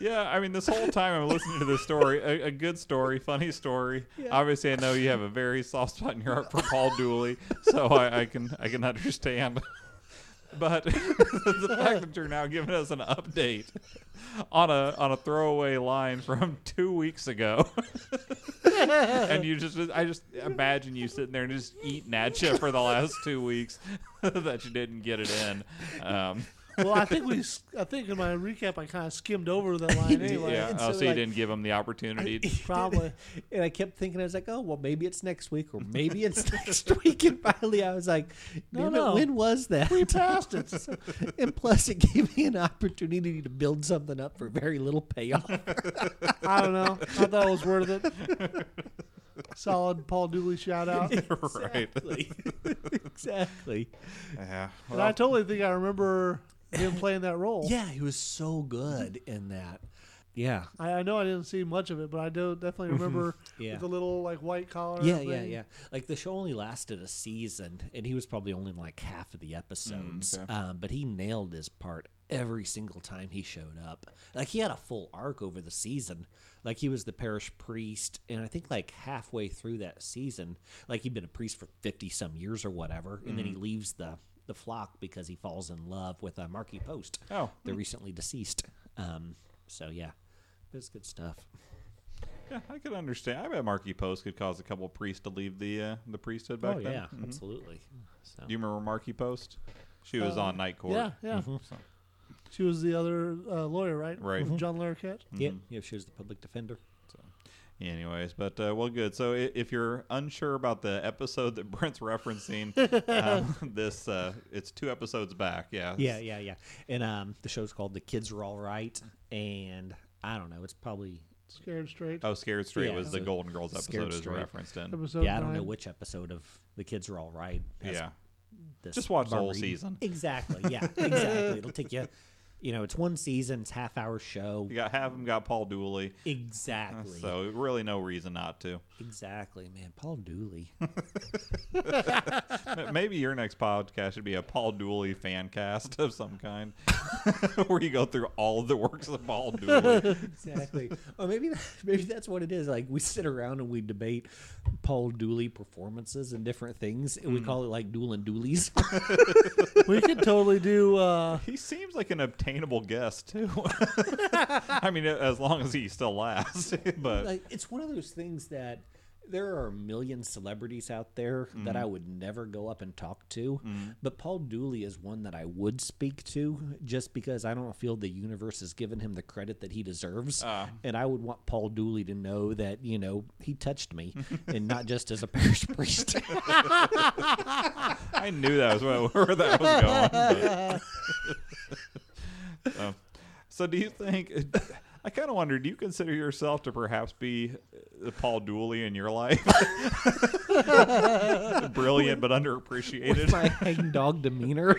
[SPEAKER 1] yeah, I mean, this whole time I'm listening to this story, a, a good story, funny story. Obviously, I know you have a very soft spot in your heart for Paul Dooley, so I, I can I can understand. But the fact that you're now giving us an update on a on a throwaway line from two weeks ago, and you just I just imagine you sitting there and just eating at you for the last two weeks that you didn't get it in. Um,
[SPEAKER 3] Well, I think we. s- I think in my recap, I kind of skimmed over that line anyway.
[SPEAKER 1] yeah.
[SPEAKER 2] and
[SPEAKER 1] oh,
[SPEAKER 2] so,
[SPEAKER 1] so, you
[SPEAKER 2] like-
[SPEAKER 1] didn't give him the opportunity.
[SPEAKER 3] Probably.
[SPEAKER 2] and I kept thinking, I was like, oh, well, maybe it's next week, or maybe it's next week. And finally, I was like,
[SPEAKER 3] No,
[SPEAKER 2] no,
[SPEAKER 3] no.
[SPEAKER 2] no. when was that?
[SPEAKER 3] We passed it.
[SPEAKER 2] and plus, it gave me an opportunity to build something up for very little payoff.
[SPEAKER 3] I don't know. I thought it was worth it. Solid Paul Dooley shout out.
[SPEAKER 1] right.
[SPEAKER 2] exactly. exactly.
[SPEAKER 1] Yeah.
[SPEAKER 3] And I totally think I remember him playing that role.
[SPEAKER 2] Yeah, he was so good in that. Yeah.
[SPEAKER 3] I, I know I didn't see much of it, but I do definitely remember
[SPEAKER 2] Mm-hmm. Yeah.
[SPEAKER 3] with the little like white collar.
[SPEAKER 2] Yeah, yeah,
[SPEAKER 3] thing.
[SPEAKER 2] yeah. Like the show only lasted a season, and he was probably only in like half of the episodes.
[SPEAKER 1] Mm, okay.
[SPEAKER 2] um, but he nailed his part every single time he showed up. Like he had a full arc over the season. Like he was the parish priest, and I think like halfway through that season, like he'd been a priest for fifty some years or whatever, and
[SPEAKER 1] Mm.
[SPEAKER 2] then he leaves the the flock because he falls in love with uh, Marky Post,
[SPEAKER 1] Oh.
[SPEAKER 2] the recently deceased. Um, so yeah, it was good stuff.
[SPEAKER 1] Yeah, I could understand. I bet Marky Post could cause a couple priests to leave the uh, the priesthood back
[SPEAKER 4] oh
[SPEAKER 1] then.
[SPEAKER 4] yeah,
[SPEAKER 1] Mhm.
[SPEAKER 4] absolutely. So
[SPEAKER 1] Do you remember Marky Post? She was on Night Court.
[SPEAKER 3] Yeah, yeah. She was the other uh, lawyer, right?
[SPEAKER 1] Mm-hmm. Right.
[SPEAKER 2] Mm-hmm.
[SPEAKER 3] With John Larroquette.
[SPEAKER 2] Yep. Yeah, she was the public defender.
[SPEAKER 1] Anyways, but uh, well, good. So i- if you're unsure about the episode that Brent's referencing, um, this uh, it's two episodes back. Yeah.
[SPEAKER 2] Yeah, yeah, yeah. And um, the show's called The Kids Are All Right, and I don't know. It's probably
[SPEAKER 3] Scared straight.
[SPEAKER 1] Oh, Scared Straight
[SPEAKER 2] Yeah,
[SPEAKER 1] was the
[SPEAKER 2] so
[SPEAKER 1] Golden Girls
[SPEAKER 2] Scared
[SPEAKER 1] episode is
[SPEAKER 2] Straight.
[SPEAKER 1] referenced in.
[SPEAKER 3] Episode
[SPEAKER 2] yeah. I don't know
[SPEAKER 3] nine.
[SPEAKER 2] which episode of The Kids Are All Right. has
[SPEAKER 1] Yeah.
[SPEAKER 2] this
[SPEAKER 1] Just watch the whole
[SPEAKER 2] Marie.
[SPEAKER 1] season.
[SPEAKER 2] Exactly. Yeah. Exactly. It'll take you. You know, it's one season. It's half hour show.
[SPEAKER 1] You got half of them got Paul Dooley,
[SPEAKER 2] Exactly.
[SPEAKER 1] so really no reason not to.
[SPEAKER 2] Exactly, man. Paul Dooley.
[SPEAKER 1] M- Maybe your next podcast should be a Paul Dooley fan cast of some kind, where you go through all the works of Paul Dooley.
[SPEAKER 2] exactly. Or maybe that- maybe that's what it is. Like we sit around and we debate Paul Dooley performances and different things, and we
[SPEAKER 1] Mm.
[SPEAKER 2] call it like Dool and Doolies.
[SPEAKER 3] we could totally do. Uh,
[SPEAKER 1] He seems like an obtainable guest too. I mean, as long as he still lasts. But
[SPEAKER 2] like it's one of those things that there are a million celebrities out there that
[SPEAKER 1] Mm-hmm.
[SPEAKER 2] I would never go up and talk to, but Paul Dooley is one that I would speak to just because I don't feel the universe has given him the credit that he deserves.
[SPEAKER 1] Ah.
[SPEAKER 2] and I would want Paul Dooley to know that, you know, he touched me and not just as a parish priest.
[SPEAKER 1] I knew that was where, where that was going. but- Um, so, do you think? I kind of wonder. Do you consider yourself to perhaps be uh, Paul Dooley in your life? Brilliant but underappreciated.
[SPEAKER 2] my hang dog demeanor.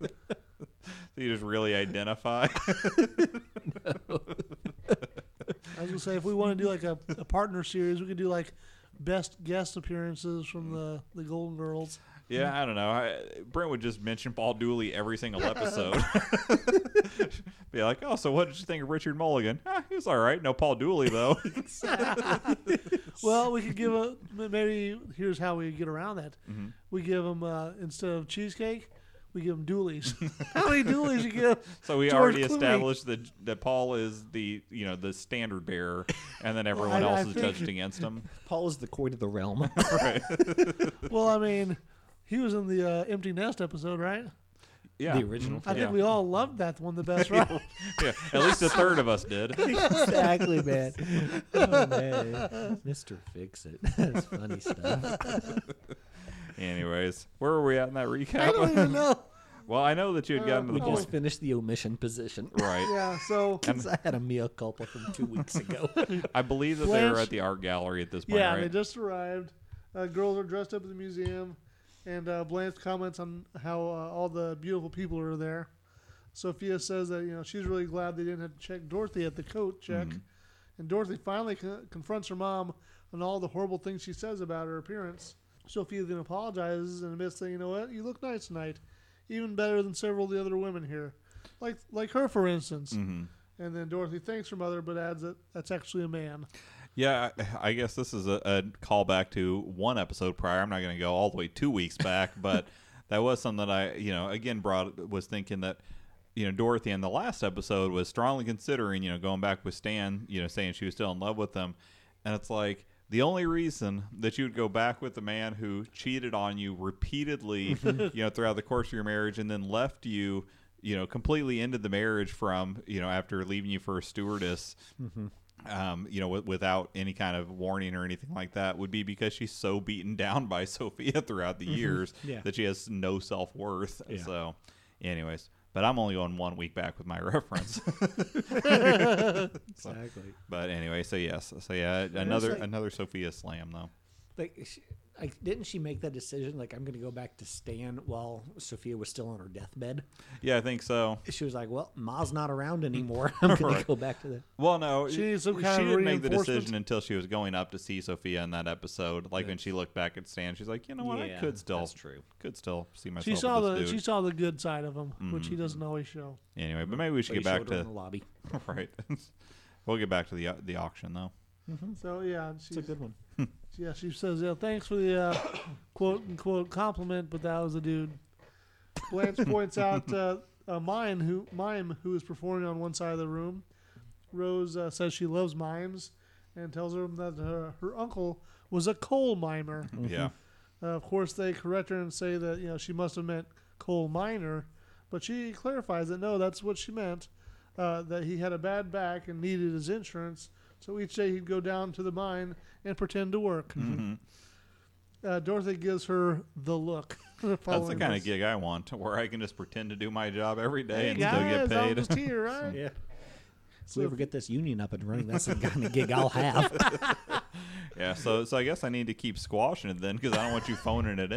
[SPEAKER 1] So you just really identify.
[SPEAKER 3] I was gonna say if we want to do like a, a partner series, we could do like best guest appearances from the the Golden Girls.
[SPEAKER 1] yeah, I don't know. I, Brent would just mention Paul Dooley every single episode. be like, oh, so what did you think of Richard Mulligan? Ah, he was all right. No Paul Dooley though.
[SPEAKER 3] Well, we could give a m- maybe. Here's how we get around that.
[SPEAKER 1] Mm-hmm.
[SPEAKER 3] We give them uh, instead of cheesecake, we give them doolies. how many doolies you give?
[SPEAKER 1] So we
[SPEAKER 3] George
[SPEAKER 1] already
[SPEAKER 3] Clooney.
[SPEAKER 1] established that that Paul is the you know the standard bearer, and then everyone
[SPEAKER 3] I- I
[SPEAKER 1] else is
[SPEAKER 3] think-
[SPEAKER 1] judged against him.
[SPEAKER 2] Paul is the court of the realm.
[SPEAKER 3] Well, I mean, he was in the uh, empty nest episode, right?
[SPEAKER 1] Yeah,
[SPEAKER 2] The original.
[SPEAKER 3] I
[SPEAKER 1] Yeah.
[SPEAKER 3] think we all loved that one the best, right?
[SPEAKER 1] yeah, at least a third of us did.
[SPEAKER 2] exactly, man. Oh, man. Mr. Fix It. That's funny stuff.
[SPEAKER 1] Anyways, where were we at in that
[SPEAKER 3] I don't Uh,
[SPEAKER 1] recap?
[SPEAKER 3] even know.
[SPEAKER 1] well, I know that you had gotten to
[SPEAKER 2] We
[SPEAKER 1] the point,
[SPEAKER 2] just finished the omission position.
[SPEAKER 1] right?
[SPEAKER 3] Yeah, so
[SPEAKER 2] Because I had a mea culpa from two weeks ago.
[SPEAKER 1] I believe that they were
[SPEAKER 3] Blanche-
[SPEAKER 1] at the art gallery at this point,
[SPEAKER 3] yeah, they
[SPEAKER 1] right?
[SPEAKER 3] just arrived. Uh, girls are dressed up at the museum, and uh, Blanche comments on how uh, all the beautiful people are there. Sophia says that you know she's really glad they didn't have to check Dorothy at the coat check,
[SPEAKER 1] Mm-hmm.
[SPEAKER 3] and Dorothy finally co- confronts her mom on all the horrible things she says about her appearance. Sophia then apologizes and admits that you know what, you look nice tonight, even better than several of the other women here, like like her for instance.
[SPEAKER 1] Mm-hmm.
[SPEAKER 3] And then Dorothy thanks her mother, but adds that that's actually a man.
[SPEAKER 1] Yeah, I I guess this is a, a callback to one episode prior. I'm not going to go all the way two weeks back, but that was something that I, you know, again brought was thinking that, you know, Dorothy in the last episode was strongly considering, you know, going back with Stan, you know, saying she was still in love with him, and it's like the only reason that you would go back with the man who cheated on you repeatedly, you know, throughout the course of your marriage, and then left you. You know, completely ended the marriage from you know after leaving you for a stewardess,
[SPEAKER 2] Mm-hmm.
[SPEAKER 1] um, you know, w- without any kind of warning or anything like that, would be because she's so beaten down by Sophia throughout the years
[SPEAKER 2] Mm-hmm. Yeah.
[SPEAKER 1] that she has no self worth.
[SPEAKER 2] Yeah.
[SPEAKER 1] So, anyways, but I'm only going one week back with my reference.
[SPEAKER 2] Exactly.
[SPEAKER 1] but anyway, so yes, so yeah, another another Sophia slam though.
[SPEAKER 2] Like, she, like, didn't she make that decision? Like, I'm going to go back to Stan while Sophia was still on her deathbed.
[SPEAKER 1] Yeah, I think so.
[SPEAKER 2] She was like, well, Ma's not around anymore. I'm going
[SPEAKER 1] Right.
[SPEAKER 2] to go back to the.
[SPEAKER 1] Well, no,
[SPEAKER 3] She needs some
[SPEAKER 1] she
[SPEAKER 3] kind of
[SPEAKER 1] didn't make the
[SPEAKER 3] reinforcement.
[SPEAKER 1] decision until she was going up to see Sophia in that episode. Like when she looked back at Stan, she's like, you know what, I
[SPEAKER 2] Yeah,
[SPEAKER 1] could still
[SPEAKER 2] that's true.
[SPEAKER 1] could still see myself.
[SPEAKER 3] She
[SPEAKER 1] with
[SPEAKER 3] saw
[SPEAKER 1] this
[SPEAKER 3] the
[SPEAKER 1] dude. Mm-hmm.
[SPEAKER 3] she saw the good side of him, which he doesn't always show.
[SPEAKER 1] anyway, but maybe we should get
[SPEAKER 2] Pretty
[SPEAKER 1] back
[SPEAKER 2] shoulder
[SPEAKER 1] to
[SPEAKER 2] in the lobby.
[SPEAKER 1] right. we'll get back to the uh, the auction though.
[SPEAKER 3] So yeah, and she,
[SPEAKER 2] It's a good one.
[SPEAKER 3] yeah, she says, "Yeah, thanks for the uh, quote unquote compliment, but that was a dude." Blanche points out uh, uh, mime who mime who is performing on one side of the room. Rose uh, says she loves mimes, and tells her that her, her uncle was a coal miner.
[SPEAKER 1] Yeah.
[SPEAKER 3] Uh, of course, they correct her and say that you know she must have meant coal miner, but she clarifies that no, that's what she meant. Uh, that he had a bad back and needed his insurance, so each day he'd go down to the mine and pretend to work.
[SPEAKER 1] Mm-hmm.
[SPEAKER 3] Uh, Dorothy gives her the look. Oh,
[SPEAKER 1] That's the kind of gig I want, where I can just pretend to do my job every day
[SPEAKER 3] Hey
[SPEAKER 1] and
[SPEAKER 3] guys,
[SPEAKER 1] still
[SPEAKER 3] I'm
[SPEAKER 1] get paid.
[SPEAKER 3] just here, right?
[SPEAKER 2] Yeah. If
[SPEAKER 3] So
[SPEAKER 2] we ever
[SPEAKER 3] if-
[SPEAKER 2] get this union up and running, that's the kind of gig I'll have.
[SPEAKER 1] yeah, so so I guess I need to keep squashing it then, because I don't want you phoning it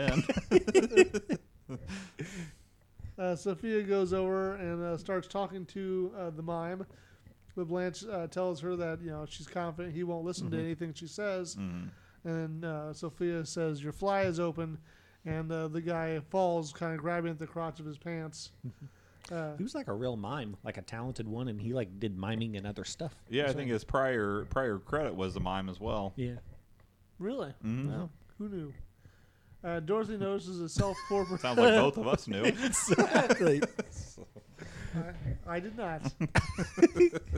[SPEAKER 1] in.
[SPEAKER 3] Uh, Sophia goes over and uh, starts talking to uh, the mime, but Blanche uh, tells her that you know she's confident he won't listen
[SPEAKER 1] Mm-hmm.
[SPEAKER 3] to anything she says. And uh, Sophia says, "Your fly is open," and uh, the guy falls, kind of grabbing at the crotch of his pants. Uh,
[SPEAKER 2] he was like a real mime, like a talented one, and he like did miming and other stuff.
[SPEAKER 1] Yeah, I think his prior prior credit was the mime as well.
[SPEAKER 2] Yeah.
[SPEAKER 3] really?
[SPEAKER 1] Mhm.
[SPEAKER 2] Wow.
[SPEAKER 3] Who knew? Uh, Dorothy notices a self-portrait.
[SPEAKER 1] Sounds like both of us knew.
[SPEAKER 2] Exactly.
[SPEAKER 3] I, I did not.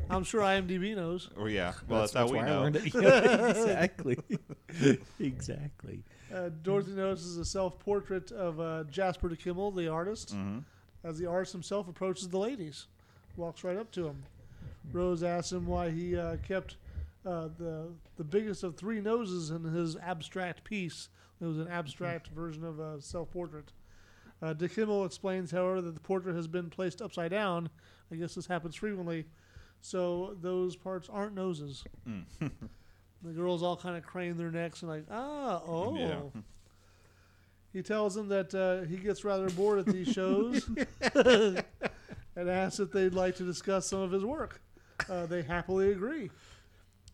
[SPEAKER 3] I'm sure IMDb knows.
[SPEAKER 1] Oh yeah, well that's, how we
[SPEAKER 2] why I
[SPEAKER 1] know.
[SPEAKER 2] learned it. Yeah, exactly. exactly.
[SPEAKER 3] Uh, Dorothy notices a self-portrait of uh, Jasper de Kimmel, the artist.
[SPEAKER 1] hmm
[SPEAKER 3] as the artist himself approaches the ladies, walks right up to him. Rose asks him why he uh, kept uh, the the biggest of three noses in his abstract piece. It was an abstract version of a self-portrait. Uh, De Kimmel explains, however, that the portrait has been placed upside down. I guess this happens frequently, so those parts aren't noses. the girls all kind of crane their necks and like, ah, oh.
[SPEAKER 1] Yeah.
[SPEAKER 3] He tells them that uh, he gets rather bored at these shows and asks if they'd like to discuss some of his work. Uh, they happily agree.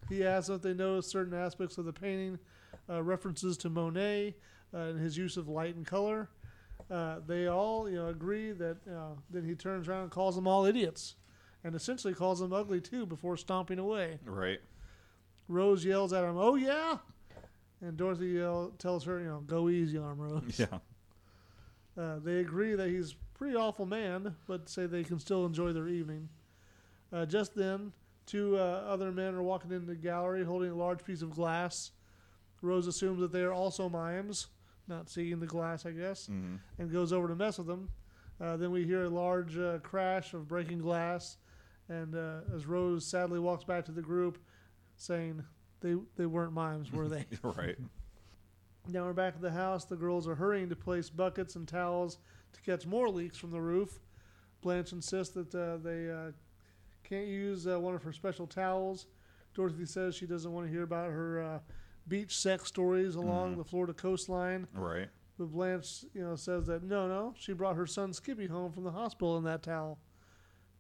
[SPEAKER 3] He asks if they notice certain aspects of the painting, uh, references to Monet uh, and his use of light and color. Uh, they all you know, agree that uh, then he turns around and calls them all idiots and essentially calls them ugly too before stomping away.
[SPEAKER 1] Right.
[SPEAKER 3] Rose yells at him, Oh, yeah! And Dorothy yell, tells her, you know, go easy on him, Rose.
[SPEAKER 1] Yeah.
[SPEAKER 3] Uh, they agree that he's a pretty awful man, but say they can still enjoy their evening. Uh, just then, two uh, other men are walking into the gallery holding a large piece of glass. Rose assumes that they are also mimes, not seeing the glass, I guess,
[SPEAKER 1] hmm
[SPEAKER 3] and goes over to mess with them. Uh, then we hear a large uh, crash of breaking glass, and uh, as Rose sadly walks back to the group, saying, "They they weren't mimes, were they?"
[SPEAKER 1] Right.
[SPEAKER 3] Now we're back at the house. The girls are hurrying to place buckets and towels to catch more leaks from the roof. Blanche insists that uh, they uh, can't use uh, one of her special towels. Dorothy says she doesn't want to hear about her uh, beach sex stories along the Florida coastline.
[SPEAKER 1] Right.
[SPEAKER 3] But Blanche, you know, says that no, no, she brought her son Skippy home from the hospital in that towel.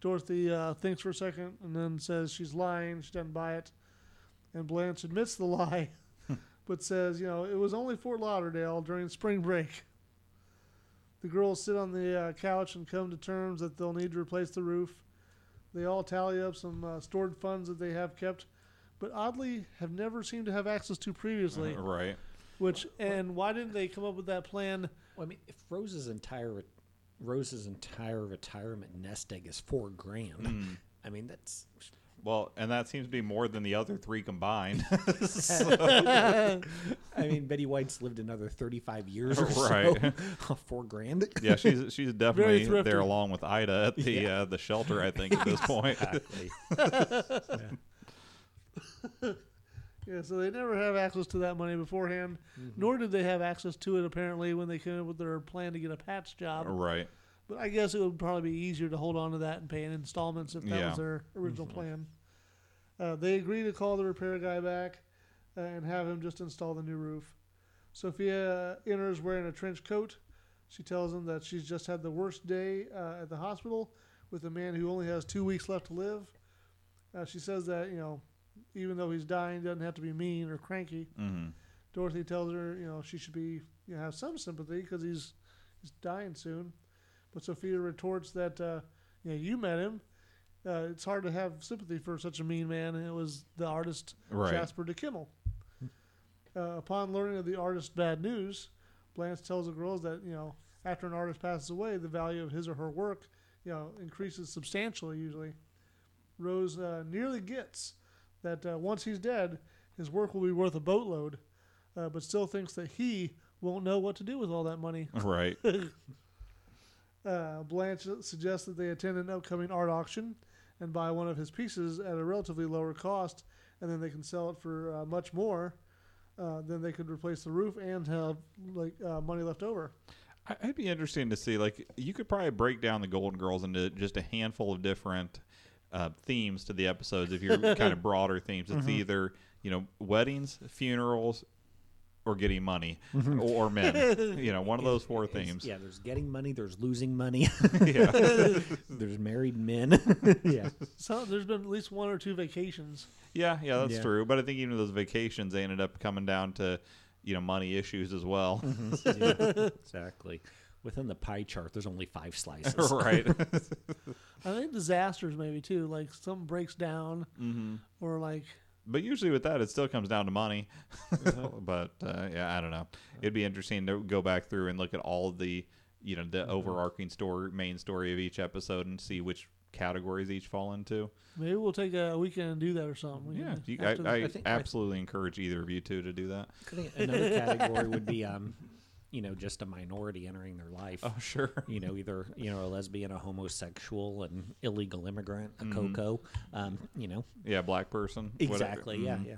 [SPEAKER 3] Dorothy uh, thinks for a second and then says she's lying. She doesn't buy it, and Blanche admits the lie, but says, you know, it was only Fort Lauderdale during spring break. The girls sit on the uh, couch and come to terms that they'll need to replace the roof. They all tally up some uh, stored funds that they have kept, but oddly have never seemed to have access to previously.
[SPEAKER 1] Right.
[SPEAKER 3] Which and why didn't they come up with that plan?
[SPEAKER 2] Well, I mean, if Rose's entire re- Rose's entire retirement nest egg is four grand,
[SPEAKER 1] Hmm.
[SPEAKER 2] I mean that's
[SPEAKER 1] Well, and that seems to be more than the other three combined.
[SPEAKER 2] I mean Betty White's lived another thirty five years or
[SPEAKER 1] Right.
[SPEAKER 2] so. four grand.
[SPEAKER 1] yeah, she's she's definitely
[SPEAKER 3] thrifty.
[SPEAKER 1] there along with Ida at the uh, the shelter. I think at this point.
[SPEAKER 3] Yeah, so they never have access to that money beforehand, nor did they have access to it apparently when they came up with their plan to get a patch job.
[SPEAKER 1] right.
[SPEAKER 3] But I guess it would probably be easier to hold on to that and pay in installments if that
[SPEAKER 1] Yeah.
[SPEAKER 3] was their original plan. Uh, they agree to call the repair guy back uh, and have him just install the new roof. Sophia enters wearing a trench coat. She tells him that she's just had the worst day uh, at the hospital with a man who only has two weeks left to live. Uh, she says that, you know, even though he's dying, doesn't have to be mean or cranky.
[SPEAKER 1] hmm
[SPEAKER 3] Dorothy tells her, you know, she should be, you know, have some sympathy because he's, he's dying soon. But Sophia retorts that, uh, you know, you met him. Uh, it's hard to have sympathy for such a mean man, and it was the artist
[SPEAKER 1] Right.
[SPEAKER 3] Jasper de Kimmel. Uh, upon learning of the artist's bad news, Blanche tells the girls that, you know, after an artist passes away, the value of his or her work you know, increases substantially usually. Rose uh, nearly gets that uh, once he's dead, his work will be worth a boatload, uh, but still thinks that he won't know what to do with all that money.
[SPEAKER 1] Right.
[SPEAKER 3] Uh, Blanche suggests that they attend an upcoming art auction and buy one of his pieces at a relatively lower cost, and then they can sell it for uh, much more. Uh, then they could replace the roof and have like uh, money left over.
[SPEAKER 1] I- I'd be interesting to see. Like, you could probably break down the Golden Girls into just a handful of different uh, themes to the episodes. If you're kind of broader themes, it's either you know weddings, funerals, or getting money, or men. You know, one of those four
[SPEAKER 2] It's-
[SPEAKER 1] themes.
[SPEAKER 2] Yeah, there's getting money, there's losing money,
[SPEAKER 1] yeah.
[SPEAKER 2] there's married men. yeah.
[SPEAKER 3] So there's been at least one or two vacations.
[SPEAKER 1] Yeah, yeah, that's
[SPEAKER 2] Yeah.
[SPEAKER 1] true. But I think even those vacations they ended up coming down to, you know, money issues as well.
[SPEAKER 2] Mm-hmm. Yeah, exactly. Within the pie chart, there's only five slices.
[SPEAKER 1] right.
[SPEAKER 3] I think disasters maybe too, like something breaks down, or like
[SPEAKER 1] but usually with that, it still comes down to money. but uh, yeah, I don't know. It'd be interesting to go back through and look at all the, you know, the overarching story, main story of each episode, and see which categories each fall into.
[SPEAKER 3] maybe we'll take a weekend and do that or something.
[SPEAKER 1] Yeah, you, I,
[SPEAKER 3] Mm-hmm. After the-
[SPEAKER 1] I,
[SPEAKER 2] I think- I-
[SPEAKER 1] absolutely encourage either of you two to do that.
[SPEAKER 2] I think Another category would be, um, you know, just a minority entering their life.
[SPEAKER 1] Oh sure.
[SPEAKER 2] You know, either you know a lesbian, a homosexual, an illegal immigrant, a coco. Um, you know,
[SPEAKER 1] Yeah, black person. Mm-hmm. whatever.
[SPEAKER 2] exactly. Yeah,
[SPEAKER 1] Mhm.
[SPEAKER 2] yeah.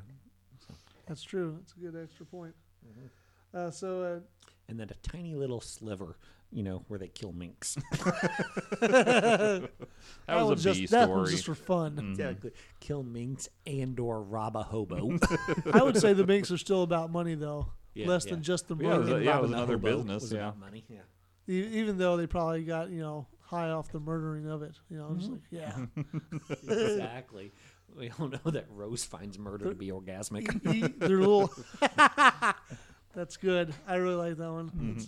[SPEAKER 3] that's true. That's a good extra point.
[SPEAKER 1] Mm-hmm.
[SPEAKER 3] Uh, so uh,
[SPEAKER 2] And then a tiny little sliver, you know, where they kill minks.
[SPEAKER 1] Mm-hmm. That, was
[SPEAKER 3] one's
[SPEAKER 1] a
[SPEAKER 3] just,
[SPEAKER 1] B
[SPEAKER 3] That
[SPEAKER 1] story.
[SPEAKER 3] one's just for fun.
[SPEAKER 2] exactly. Kill minks and or rob a hobo.
[SPEAKER 3] I would say the minks are still about money though,
[SPEAKER 2] Yeah,
[SPEAKER 3] less
[SPEAKER 2] yeah.
[SPEAKER 3] than just the
[SPEAKER 1] Mm. Yeah, it was,
[SPEAKER 3] murder.
[SPEAKER 1] a- yeah, it was
[SPEAKER 2] Robbing a
[SPEAKER 1] another
[SPEAKER 2] hobo
[SPEAKER 1] business.
[SPEAKER 2] was
[SPEAKER 1] yeah.
[SPEAKER 2] about money. Yeah.
[SPEAKER 3] E- Even though they probably got you know high off the murdering of it, you know, I'm
[SPEAKER 1] Mm-hmm.
[SPEAKER 3] just like yeah,
[SPEAKER 2] exactly. We all know that Rose finds murder to be orgasmic.
[SPEAKER 3] E- e- they're little. That's good. I really like that one.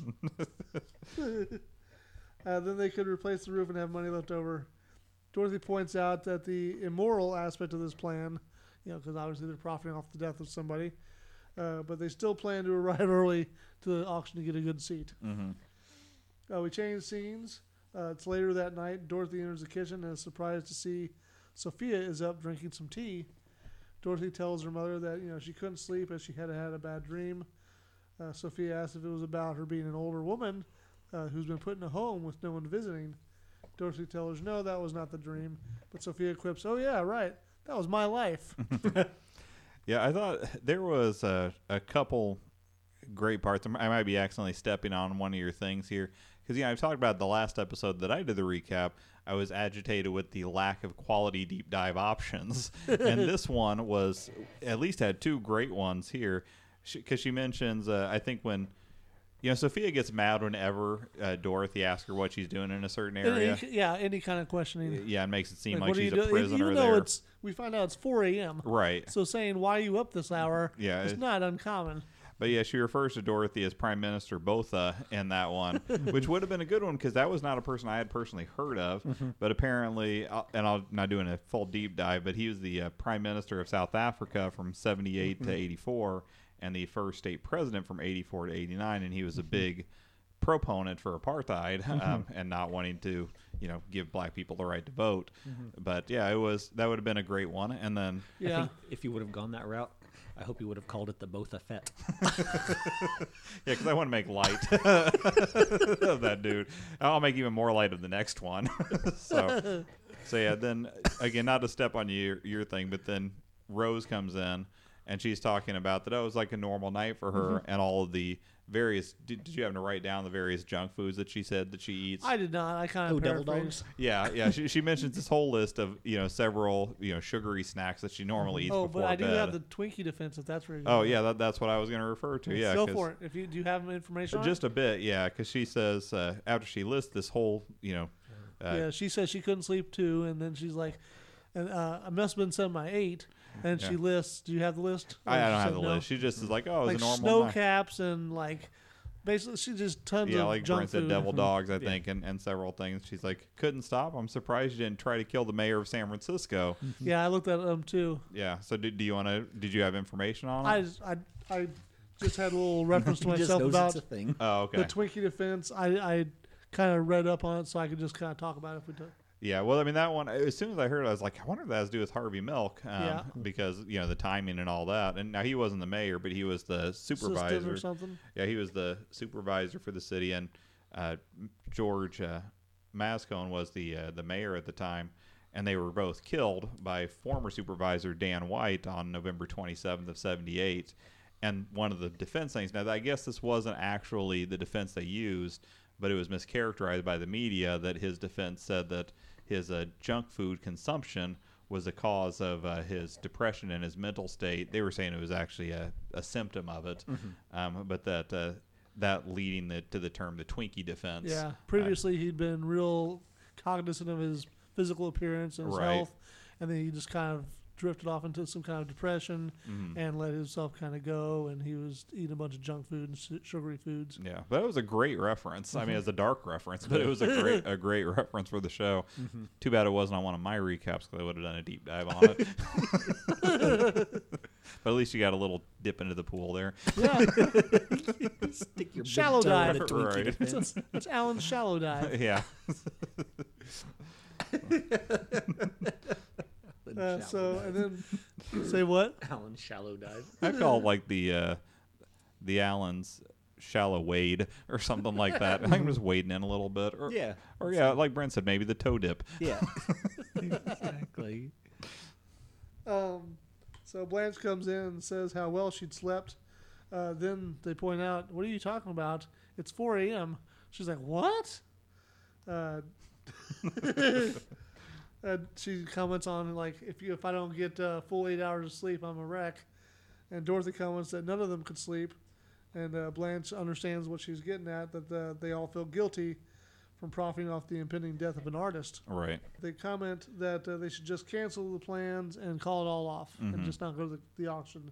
[SPEAKER 3] It's- uh, then they could replace the roof and have money left over. Dorothy points out that the immoral aspect of this plan, you know, because obviously they're profiting off the death of somebody, uh, but they still plan to arrive early to the auction to get a good seat. Uh, we change scenes. Uh, it's later that night. Dorothy enters the kitchen and is surprised to see Sophia is up drinking some tea. Dorothy tells her mother that you know she couldn't sleep as she had had a bad dream. Uh, Sophia asks if it was about her being an older woman uh, who's been put in a home with no one visiting. Dorothy tells her no, that was not the dream. But Sophia quips, "Oh yeah, right, that was my life."
[SPEAKER 1] Yeah, I thought there was a, a couple great parts. I m- I might be accidentally stepping on one of your things here because yeah, I've talked about the last episode that I did the recap. I was agitated with the lack of quality deep dive options, and this one was at least had two great ones here because she mentions uh, I think when. You know, Sophia gets mad whenever uh, Dorothy asks her what she's doing in a certain area.
[SPEAKER 3] Any, yeah, any kind of questioning.
[SPEAKER 1] Yeah, it makes it seem
[SPEAKER 3] Like,
[SPEAKER 1] like,
[SPEAKER 3] what are you
[SPEAKER 1] she's a
[SPEAKER 3] doing? Even
[SPEAKER 1] prisoner
[SPEAKER 3] though
[SPEAKER 1] there.
[SPEAKER 3] it's we find out it's 4 a.m.
[SPEAKER 1] right.
[SPEAKER 3] So saying why are you up this hour?
[SPEAKER 1] Yeah,
[SPEAKER 3] it's
[SPEAKER 1] it-
[SPEAKER 3] not uncommon.
[SPEAKER 1] But yeah, she refers to Dorothy as Prime Minister Botha in that one, which would have been a good one because that was not a person I had personally heard of. But apparently, uh, and I'm not doing a full deep dive, but he was the uh, Prime Minister of South Africa from 78 to 84 and the first state president from 84 to 89. And he was a big proponent for apartheid um, and not wanting to, you know, give black people the right to vote. But yeah, it was, that would have been a great one. And then.
[SPEAKER 2] I
[SPEAKER 3] Yeah,
[SPEAKER 2] think if you would have gone that route, I hope you would have called it the Botha Fett.
[SPEAKER 1] Yeah, because I want to make light of that dude. I'll make even more light of the next one. so, so yeah. Then again, not to step on your your thing, but then Rose comes in and she's talking about that. Oh, it was like a normal night for her,
[SPEAKER 3] Mm-hmm.
[SPEAKER 1] and all of the various. Did, did you happen to write down the various junk foods that she said that she eats?
[SPEAKER 3] I did not. I kind of
[SPEAKER 2] Oh, devil
[SPEAKER 3] paraphrased.
[SPEAKER 2] dogs.
[SPEAKER 1] yeah, yeah. She, she mentions this whole list of you know several you know sugary snacks that she normally eats
[SPEAKER 3] Oh,
[SPEAKER 1] before
[SPEAKER 3] but I
[SPEAKER 1] bed.
[SPEAKER 3] do have the Twinkie defense if that's where you're
[SPEAKER 1] oh
[SPEAKER 3] going.
[SPEAKER 1] yeah, that, that's what I was going to refer to. Yeah,
[SPEAKER 3] go
[SPEAKER 1] 'cause-
[SPEAKER 3] for it. If you do you have information, on it?
[SPEAKER 1] Just a bit, yeah, because she says uh, after she lists this whole, you know, uh,
[SPEAKER 3] yeah. She says she couldn't sleep too, and then she's like, and uh, I must have been some by eight, and she
[SPEAKER 1] Yeah.
[SPEAKER 3] lists. Do you have the list?
[SPEAKER 1] I, I
[SPEAKER 3] And
[SPEAKER 1] don't
[SPEAKER 3] she
[SPEAKER 1] have
[SPEAKER 3] said
[SPEAKER 1] the
[SPEAKER 3] no.
[SPEAKER 1] list. She just is like, oh, it's
[SPEAKER 3] Like
[SPEAKER 1] a normal
[SPEAKER 3] snow
[SPEAKER 1] night.
[SPEAKER 3] caps and like, basically, she just tons
[SPEAKER 1] yeah,
[SPEAKER 3] of
[SPEAKER 1] like
[SPEAKER 3] junk
[SPEAKER 1] Brent
[SPEAKER 3] food.
[SPEAKER 1] said, devil dogs, I think, and, and several things. She's like, couldn't stop. I'm surprised you didn't try to kill the mayor of San Francisco.
[SPEAKER 3] Yeah, I looked at them too.
[SPEAKER 1] yeah. So do, do you want to? Did you have information on
[SPEAKER 3] I
[SPEAKER 1] it?
[SPEAKER 3] just, I I just had a little reference to
[SPEAKER 2] He just
[SPEAKER 3] myself
[SPEAKER 2] knows it's
[SPEAKER 3] about
[SPEAKER 2] a thing.
[SPEAKER 1] oh, okay.
[SPEAKER 3] the Twinkie defense. I I kind of read up on it so I could just kind of talk about it if we took.
[SPEAKER 1] Yeah, well, I mean that one. As soon as I heard it, I was like, I wonder if that has to do with Harvey Milk, um,
[SPEAKER 3] Yeah.
[SPEAKER 1] because you know the timing and all that. And now he wasn't the mayor, but he was the
[SPEAKER 3] System
[SPEAKER 1] supervisor.
[SPEAKER 3] or something.
[SPEAKER 1] Yeah, he was the supervisor for the city, and uh, George uh, Mascone was the uh, the mayor at the time. And they were both killed by former supervisor Dan White on November 27th of 78. And one of the defense things. Now, I guess this wasn't actually the defense they used, but it was mischaracterized by the media that his defense said that his uh, junk food consumption was the cause of uh, his depression and his mental state. They were saying it was actually a, a symptom of it, um, but that uh, that leading the, to the term the Twinkie defense.
[SPEAKER 3] Yeah. Previously, he'd been real cognizant of his physical appearance and his
[SPEAKER 1] Right.
[SPEAKER 3] health, and then he just kind of drifted off into some kind of depression and let himself kind of go. And he was eating a bunch of junk food and su- sugary foods.
[SPEAKER 1] Yeah, but it was a great reference. I mean, it's a dark reference, but it was a great a great reference for the show. Too bad it wasn't on one of my recaps because I would have done a deep dive on it. but at least you got a little dip into the pool there.
[SPEAKER 3] Yeah,
[SPEAKER 2] Stick your big
[SPEAKER 3] Shallow
[SPEAKER 2] toe in
[SPEAKER 3] dive.
[SPEAKER 2] the Twinkie
[SPEAKER 1] Right.
[SPEAKER 2] defense.
[SPEAKER 3] that's Alan Shallow dive.
[SPEAKER 1] yeah,
[SPEAKER 2] The
[SPEAKER 3] Uh,
[SPEAKER 2] shallow
[SPEAKER 3] so
[SPEAKER 2] dive.
[SPEAKER 3] and then say what?
[SPEAKER 2] Alan shallow dive.
[SPEAKER 1] I call it like the uh, the Allens shallow wade or something like that. I think I'm just wading in a little bit. Or,
[SPEAKER 2] Yeah.
[SPEAKER 1] Or yeah, like Brent said, maybe the toe dip.
[SPEAKER 2] Yeah. exactly.
[SPEAKER 3] Um, so Blanche comes in and says how well she'd slept. Uh, then they point out, "What are you talking about? It's 4 a.m." She's like, "What?" Uh, and she comments on like, "If you if I don't get uh, full eight hours of sleep, I'm a wreck." And Dorothy comments that none of them could sleep, and uh, Blanche understands what she's getting at that uh they all feel guilty from profiting off the impending death of an artist
[SPEAKER 1] Right.
[SPEAKER 3] they comment that uh, they should just cancel the plans and call it all off and just not go to the, the auction.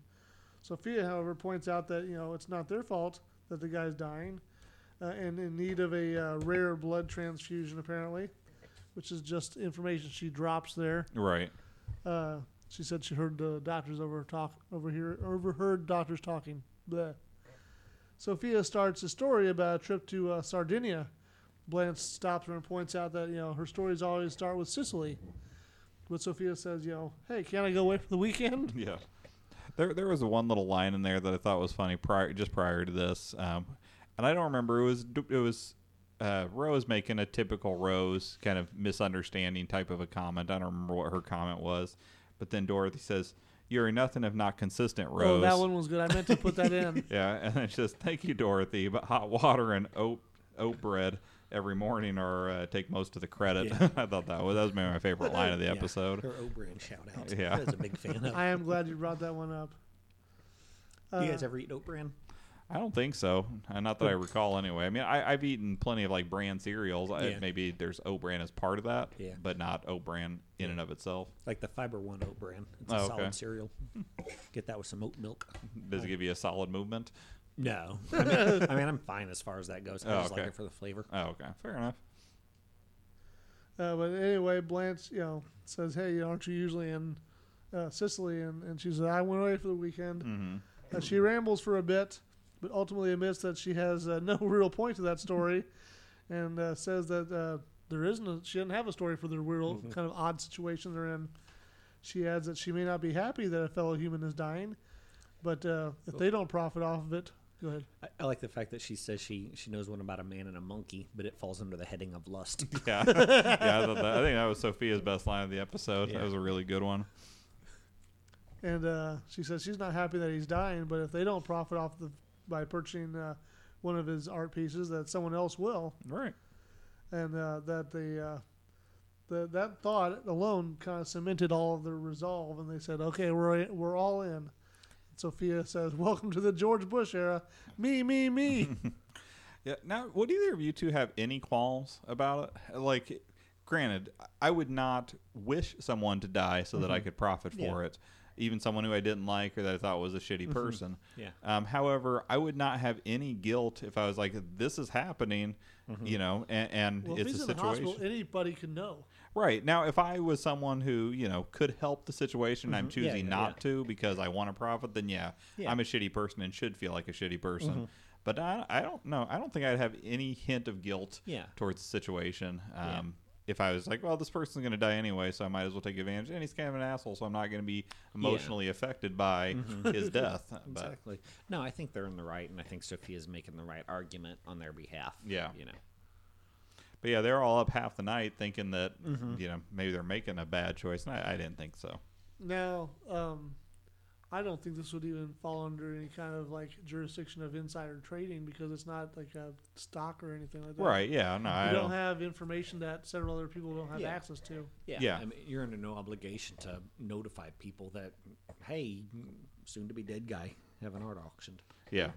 [SPEAKER 3] Sophia, however, points out that you know it's not their fault that the guy's dying uh, and in need of a uh, rare blood transfusion, apparently, which is just information she drops there.
[SPEAKER 1] Right.
[SPEAKER 3] Uh, she said she heard the doctors over talk over here overheard doctors talking. Bleh. Sophia starts a story about a trip to uh, Sardinia. Blanche stops her and points out that you know her stories always start with Sicily. But Sophia says, you know, hey, can I go away for the weekend?
[SPEAKER 1] Yeah. There, there was one little line in there that I thought was funny prior, just prior to this, um, and I don't remember. It was, it was uh, Rose making a typical Rose kind of misunderstanding type of a comment. I don't remember what her comment was, but then Dorothy says, "You're nothing if not consistent, Rose."
[SPEAKER 3] Oh, that one was good. I meant to put that in.
[SPEAKER 1] Yeah, and then she says, "Thank you, Dorothy, but hot water and oat oat bread every morning, or uh, take most of the credit." I thought that was that was maybe my favorite line of the
[SPEAKER 2] Yeah,
[SPEAKER 1] episode.
[SPEAKER 2] Her O'Brien shout out.
[SPEAKER 1] Yeah.
[SPEAKER 2] I was a big fan of.
[SPEAKER 3] I am glad you brought that one up.
[SPEAKER 2] Do you guys ever eat O'Brien?
[SPEAKER 1] I don't think so. Uh, Not that I recall, anyway. I mean, I, I've eaten plenty of like brand cereals. I,
[SPEAKER 2] Yeah.
[SPEAKER 1] maybe there's oat bran as part of that,
[SPEAKER 2] Yeah.
[SPEAKER 1] but not oat bran in and of itself.
[SPEAKER 2] Like the Fiber One O'Brien. It's a
[SPEAKER 1] Oh, okay.
[SPEAKER 2] solid cereal. Get that with some oat milk.
[SPEAKER 1] Does it give you a solid movement?
[SPEAKER 2] No. I mean, I mean, I'm fine as far as that goes. I
[SPEAKER 1] Oh,
[SPEAKER 2] just
[SPEAKER 1] okay.
[SPEAKER 2] like it for the flavor.
[SPEAKER 1] Oh, okay, fair enough.
[SPEAKER 3] Uh, but anyway, Blanche, you know, says, "Hey, aren't you usually in uh, Sicily?" And, and she says, "I went away for the weekend." Uh, she rambles for a bit, but ultimately admits that she has uh, no real point to that story, and uh, says that uh, there isn't. A, she doesn't have a story for the real kind of odd situation they're in. She adds that she may not be happy that a fellow human is dying, but uh, if they don't profit off of it, go ahead.
[SPEAKER 2] I, I like the fact that she says she, she knows one about a man and a monkey, but it falls under the heading of lust.
[SPEAKER 1] Yeah, yeah. I, thought that, I think that was Sophia's best line of the episode.
[SPEAKER 2] Yeah.
[SPEAKER 1] That was a really good one.
[SPEAKER 3] And uh, she says she's not happy that he's dying, but if they don't profit off the by purchasing uh, one of his art pieces, that someone else will,
[SPEAKER 1] Right.
[SPEAKER 3] and uh, that the, uh, the that thought alone kind of cemented all of their resolve. And they said, "Okay, we're we're all in." Sophia says, "Welcome to the George Bush era." Me, me, me.
[SPEAKER 1] Yeah. Now, would either of you two have any qualms about it? Like, granted, I would not wish someone to die so that I could profit for it, even someone who I didn't like or that I thought was a shitty person.
[SPEAKER 2] Yeah.
[SPEAKER 1] Um, however, I would not have any guilt if I was like, "This is happening," you know, and, and
[SPEAKER 3] Well, if
[SPEAKER 1] it's
[SPEAKER 3] he's
[SPEAKER 1] a
[SPEAKER 3] in the hospital,
[SPEAKER 1] situation.
[SPEAKER 3] anybody can know.
[SPEAKER 1] Right now, if I was someone who you know could help the situation, and I'm choosing
[SPEAKER 2] Mm-hmm. yeah,
[SPEAKER 1] not to because I want to profit. Then yeah,
[SPEAKER 2] Yeah. Mm-hmm.
[SPEAKER 1] I'm a shitty person and should feel like a shitty person. But I, I don't know. I don't think I'd have any hint of guilt
[SPEAKER 2] Yeah.
[SPEAKER 1] towards the situation. Um, If I was like, well, this person's going to die anyway, so I might as well take advantage. And he's kind of an asshole, so I'm not going to be emotionally affected by his death. But
[SPEAKER 2] Mm-hmm. Exactly. No, I think they're in the right, and I think Sophia's making the right argument on their behalf.
[SPEAKER 1] Yeah.
[SPEAKER 2] You know.
[SPEAKER 1] But yeah, they're all up half the night thinking that
[SPEAKER 2] Mm-hmm.
[SPEAKER 1] you know maybe they're making a bad choice, and I, I didn't think so.
[SPEAKER 3] Now, um, I don't think this would even fall under any kind of like jurisdiction of insider trading because it's not like a stock or anything like that.
[SPEAKER 1] Right? Yeah. No,
[SPEAKER 3] You
[SPEAKER 1] I
[SPEAKER 3] don't
[SPEAKER 1] don't.
[SPEAKER 3] have information that several other people don't have
[SPEAKER 2] Yeah.
[SPEAKER 3] access to.
[SPEAKER 2] Yeah.
[SPEAKER 1] Yeah.
[SPEAKER 2] I mean, you're under no obligation to notify people that, hey, soon to be dead guy having art auctioned.
[SPEAKER 1] yeah.